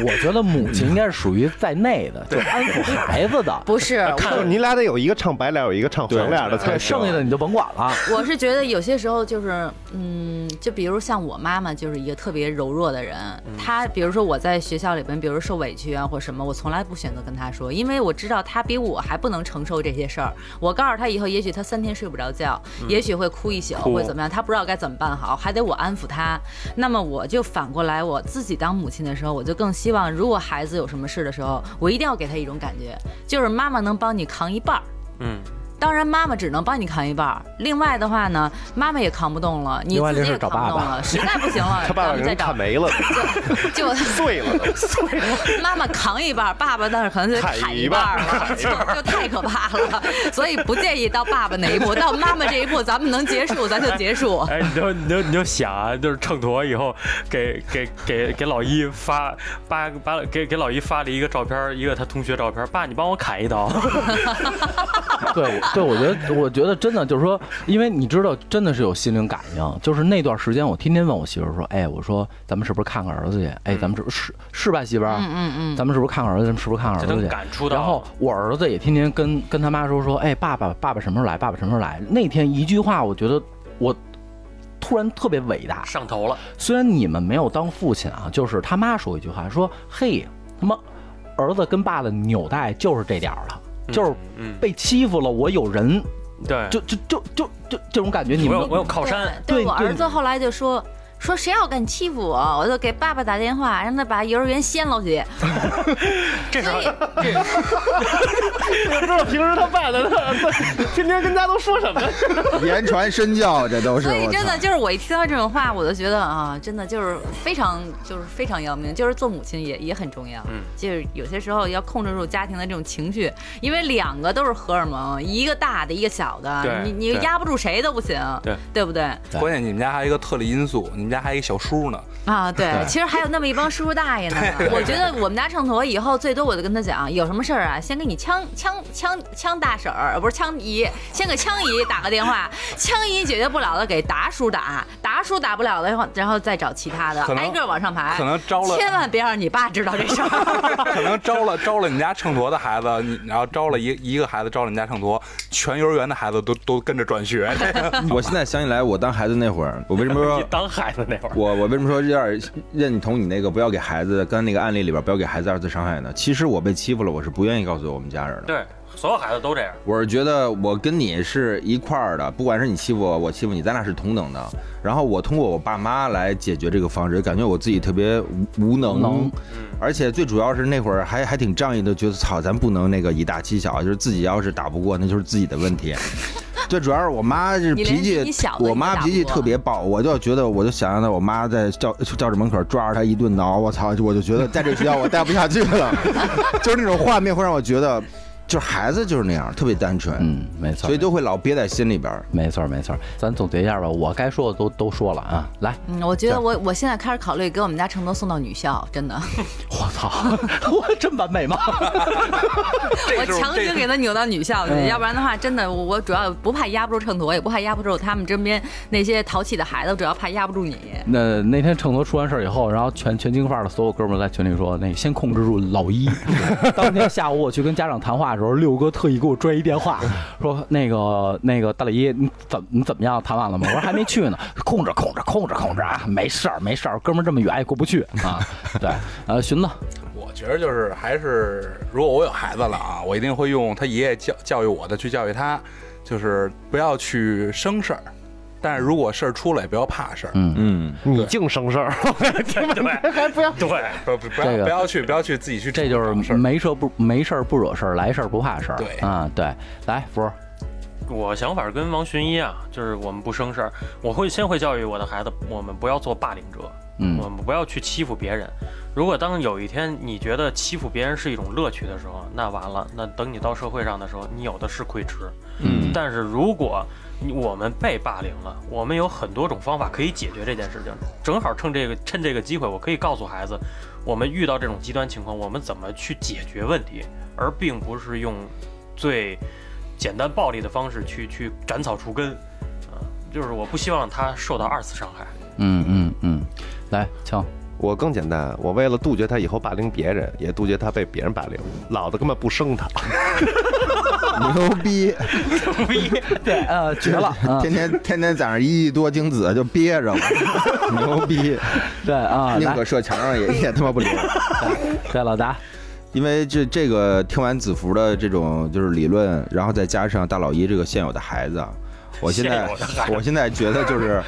我觉得母亲应该是属于在内的，就安抚孩子的，
不是，
就是你俩得有一个唱白脸，有一个唱黄脸的才
对，
行
剩下的你就甭管了。
我是觉得有些时候就是，嗯，就比如像我妈妈就是一个特别柔弱的人，她比如说我在学校里边，比如受委屈啊或什么，我从来不选择跟她说，因为我知道她比我还不能承受这些事儿。我告诉她以后，也许她三天睡不着觉，也许会哭一宿，
哭
会怎么样，她不知道该怎么办好，还得我安抚她。那么我就反过来，我自己当母亲的时候，我就更希望，如果孩子有什么事的时候，我一定要给他一种感觉，就是妈妈能帮你扛一半儿。
嗯，
当然，妈妈只能帮你扛一半儿。另外的话呢，妈妈也扛不动了，你
另外
自
这
己
事儿
也
找
扛不动
爸爸
了，实在不行了，
*laughs* 他爸爸
咱
给
们再
人
找
看没了，
就
碎了都。
妈妈扛一半儿，爸爸但是可能就得
砍
砍
一
一
半
半
儿
儿了，就就太可怕了。所以不建议到爸爸那一步，到妈妈这一步，咱们能结束咱就结
*laughs*
束。
哎，你就你就你就想啊，就是秤砣以后给给给给老一发发把给给老一发了一个照片，一个他同学照片，爸，你帮我砍一刀。
对我对，我觉得我觉得真的就是说，因为你知道，真的是有心灵感应。就是那段时间，我天天问我媳妇儿说：“哎，我说咱们是不是看看儿子去？
嗯
哎，咱们是是是吧，媳妇儿？嗯嗯，咱们是不是看看儿子？咱们是不是看看儿
这
子
能
去？”
感触到
然后我儿子也天天跟跟他妈说说：“哎，爸爸，爸爸什么时候来？爸爸什么时候来？”那天一句话，我觉得我突然特别伟大。
上头了，
虽然你们没有当父亲啊，就是他妈说一句话，说：“嘿，他妈儿子跟爸的纽带就是这点儿了，就是
嗯，
被欺负了，我有人。”
对，
就就就就就这种感觉，你
我
们
有我有靠山，
对
对我
对
儿子后来就说。说谁要敢欺负我，我就给爸爸打电话，让他把幼儿园掀了去。
这时
所
候
以
知道平时他爸的他他天天跟家都说什么？
言传身教，这都是。
所以
我
真的
操
就是我一听到这种话，我就觉得啊，真的就是非常就是非常要命，就是做母亲也也很重要。
嗯
就是有些时候要控制住家庭的这种情绪，因为两个都是荷尔蒙，一个大的，一个小的，
对
你你
对
压不住谁都不行，
对
不对？
关键你们家还有一个特例因素，你们家还有一个小叔呢。
啊，对，其实还有那么一帮叔叔大
*laughs*
爷呢。我觉得我们家秤砣以后最多我就跟他讲，有什么事儿啊，先给你枪枪枪枪大婶儿，不是枪姨，先给枪姨打个电话， *laughs* 枪姨解决不了的给达叔打，达叔打不了的话，然后再找其他的，
可能
挨个儿往上排。
可能招了
千万别让你爸知道这事
*laughs*
儿。
可能招了招了你们家秤砣的孩子，你然后招了一一个孩子，招了你们家秤砣，全幼儿园的孩子都都跟着
*laughs*
转学。
我现在想起来，我当孩子那会儿，我为什
*laughs*
么
你
说？
当孩子那
*laughs*
会儿，
我我为什么说有点认同你那个不要给孩子跟那个案例里边不要给孩子二次伤害呢？其实我被欺负了，我是不愿意告诉我们家人的。
对，所有孩子都这样，
我是觉得我跟你是一块儿的，不管是你欺负我，我欺负你，咱俩是同等的。然后我通过我爸妈来解决这个方式，感觉我自己特别无无能，嗯
能
而且最主要是那会儿还还挺仗义的，觉得操，咱不能那个以大欺小，就是自己要是打不过，那就是自己的问
*laughs*
题。最主要是我妈是
你连
脾气
自己小，的
我妈
你都打
脾气
不过
特别暴，我就觉得我就想象到我妈在教教室门口抓着她一顿挠，我操，我就觉得在这学校我待不下去了，就是那种画面会让我觉得
就是孩子就是那样，特别单纯，
嗯，没错，
所以都会老憋在心里边儿。
没错没错。咱总结一下吧，我该说的都都说了啊。来，
嗯，我觉得我我现在开始考虑给我们家成都送到女校，真的，
我操， *laughs* 我真完美吗？
我
这就是
强行
这
给他扭到女校去，要不然的话，真的我我主要不怕压不住秤砣，也不怕压不住他们身边那些淘气的孩子，我主要怕压不住你。
那那天秤砣出完事儿以后，然后全全京范儿的所有哥们儿在群里说，那个先控制住老 *laughs* 一。当天下午我去跟家长谈话的时候，六哥特意给我拽一电 *laughs* 话，说那个那个大李，你怎你怎么样？谈完了吗？我说还没去呢，控制控制控制控制啊，没事儿没事儿，哥们儿这么远也过不去 *laughs* 啊。对，呃，寻子，
我觉得就是还是，如果我有孩子了啊，我一定会用他爷爷教教育我的去教育他，就是不要去生事儿，但是如果事儿出了也不要怕事儿，
嗯
嗯，
你净生事儿，
对，
不不不
这个
要不要去不要去自己去
这就是嗯
找事儿。
没事儿不没事儿不惹事儿，来事儿不怕事儿。
对
啊，对，来福儿，
我想法跟王寻一样，就是我们不生事儿，我会先会教育我的孩子，我们不要做霸凌者，
嗯
我们不要去欺负别人。如果当有一天你觉得欺负别人是一种乐趣的时候，那完了，那等你到社会上的时候，你有的是愧吃。
嗯，
但是如果你我们被霸凌了，我们有很多种方法可以解决这件事情。正好趁这个趁这个机会，我可以告诉孩子，我们遇到这种极端情况，我们怎么去解决问题，而并不是用最简单暴力的方式去去斩草除根。啊，就是我不希望他受到二次伤害。 *laughs*
嗯嗯嗯，来枪，
我更简单，我为了杜绝他以后霸凌别人，也杜绝他被别人霸凌，老子根本不生他。
牛
*laughs*
逼，
*laughs* 对，呃，绝了，啊
*laughs* 天天天天在那儿一亿多精子就憋着了，牛逼，
*laughs* 对 *laughs* 啊，
宁
来
可，射墙上也也他妈不理我。
对老达，
因为这这个听完子福的这种就是理论，然后再加上大老一这个现有的孩子，
*laughs*
我现在
现有的孩子
我现在觉
*laughs*
得就是，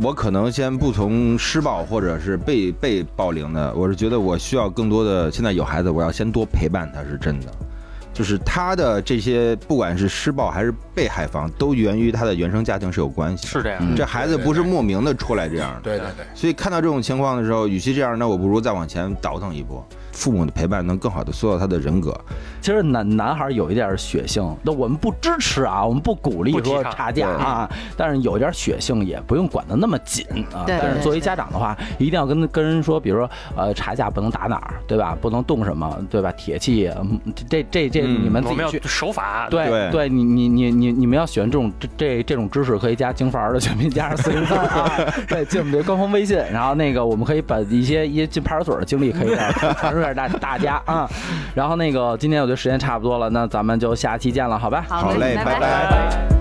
我可能先不从施暴或者是被被暴凌的，我是觉得我需要更多的现在有孩子，我要先多陪伴他，是真的。就是他的这些，不管是施暴还是被害方，都源于他的原生家庭是有关系的。
是这样，
嗯
这孩子不是莫名的出来这样的。
对对对，
所以看到这种情况的时候，与其这样，那我不如再往前倒腾一步。父母的陪伴能更好的塑造他的人格。
其实男男孩有一点血性，那我们不支持啊，我们不鼓励
不提
说
倡
差价啊，但是有点血性也不用管得那么紧啊。
对
但是
对
作为
对
家长的话，一定要跟跟人说，比如说呃差价不能打哪儿，对吧？不能动什么，对吧？铁器，嗯这这这
嗯
你们自
我们
己
要
去。
守法。
对
对
你你你你你们要喜欢这种这这这种知识，可以加京范儿的全拼加上四零三啊，对，进我们这官方微信，然后那个我们可以把一些一些进派出所的经历可以来传授给大大家啊。然后那个今天我觉得时间差不多了，那咱们就下期见了，好吧？
好
好嘞，
拜
拜
拜
拜拜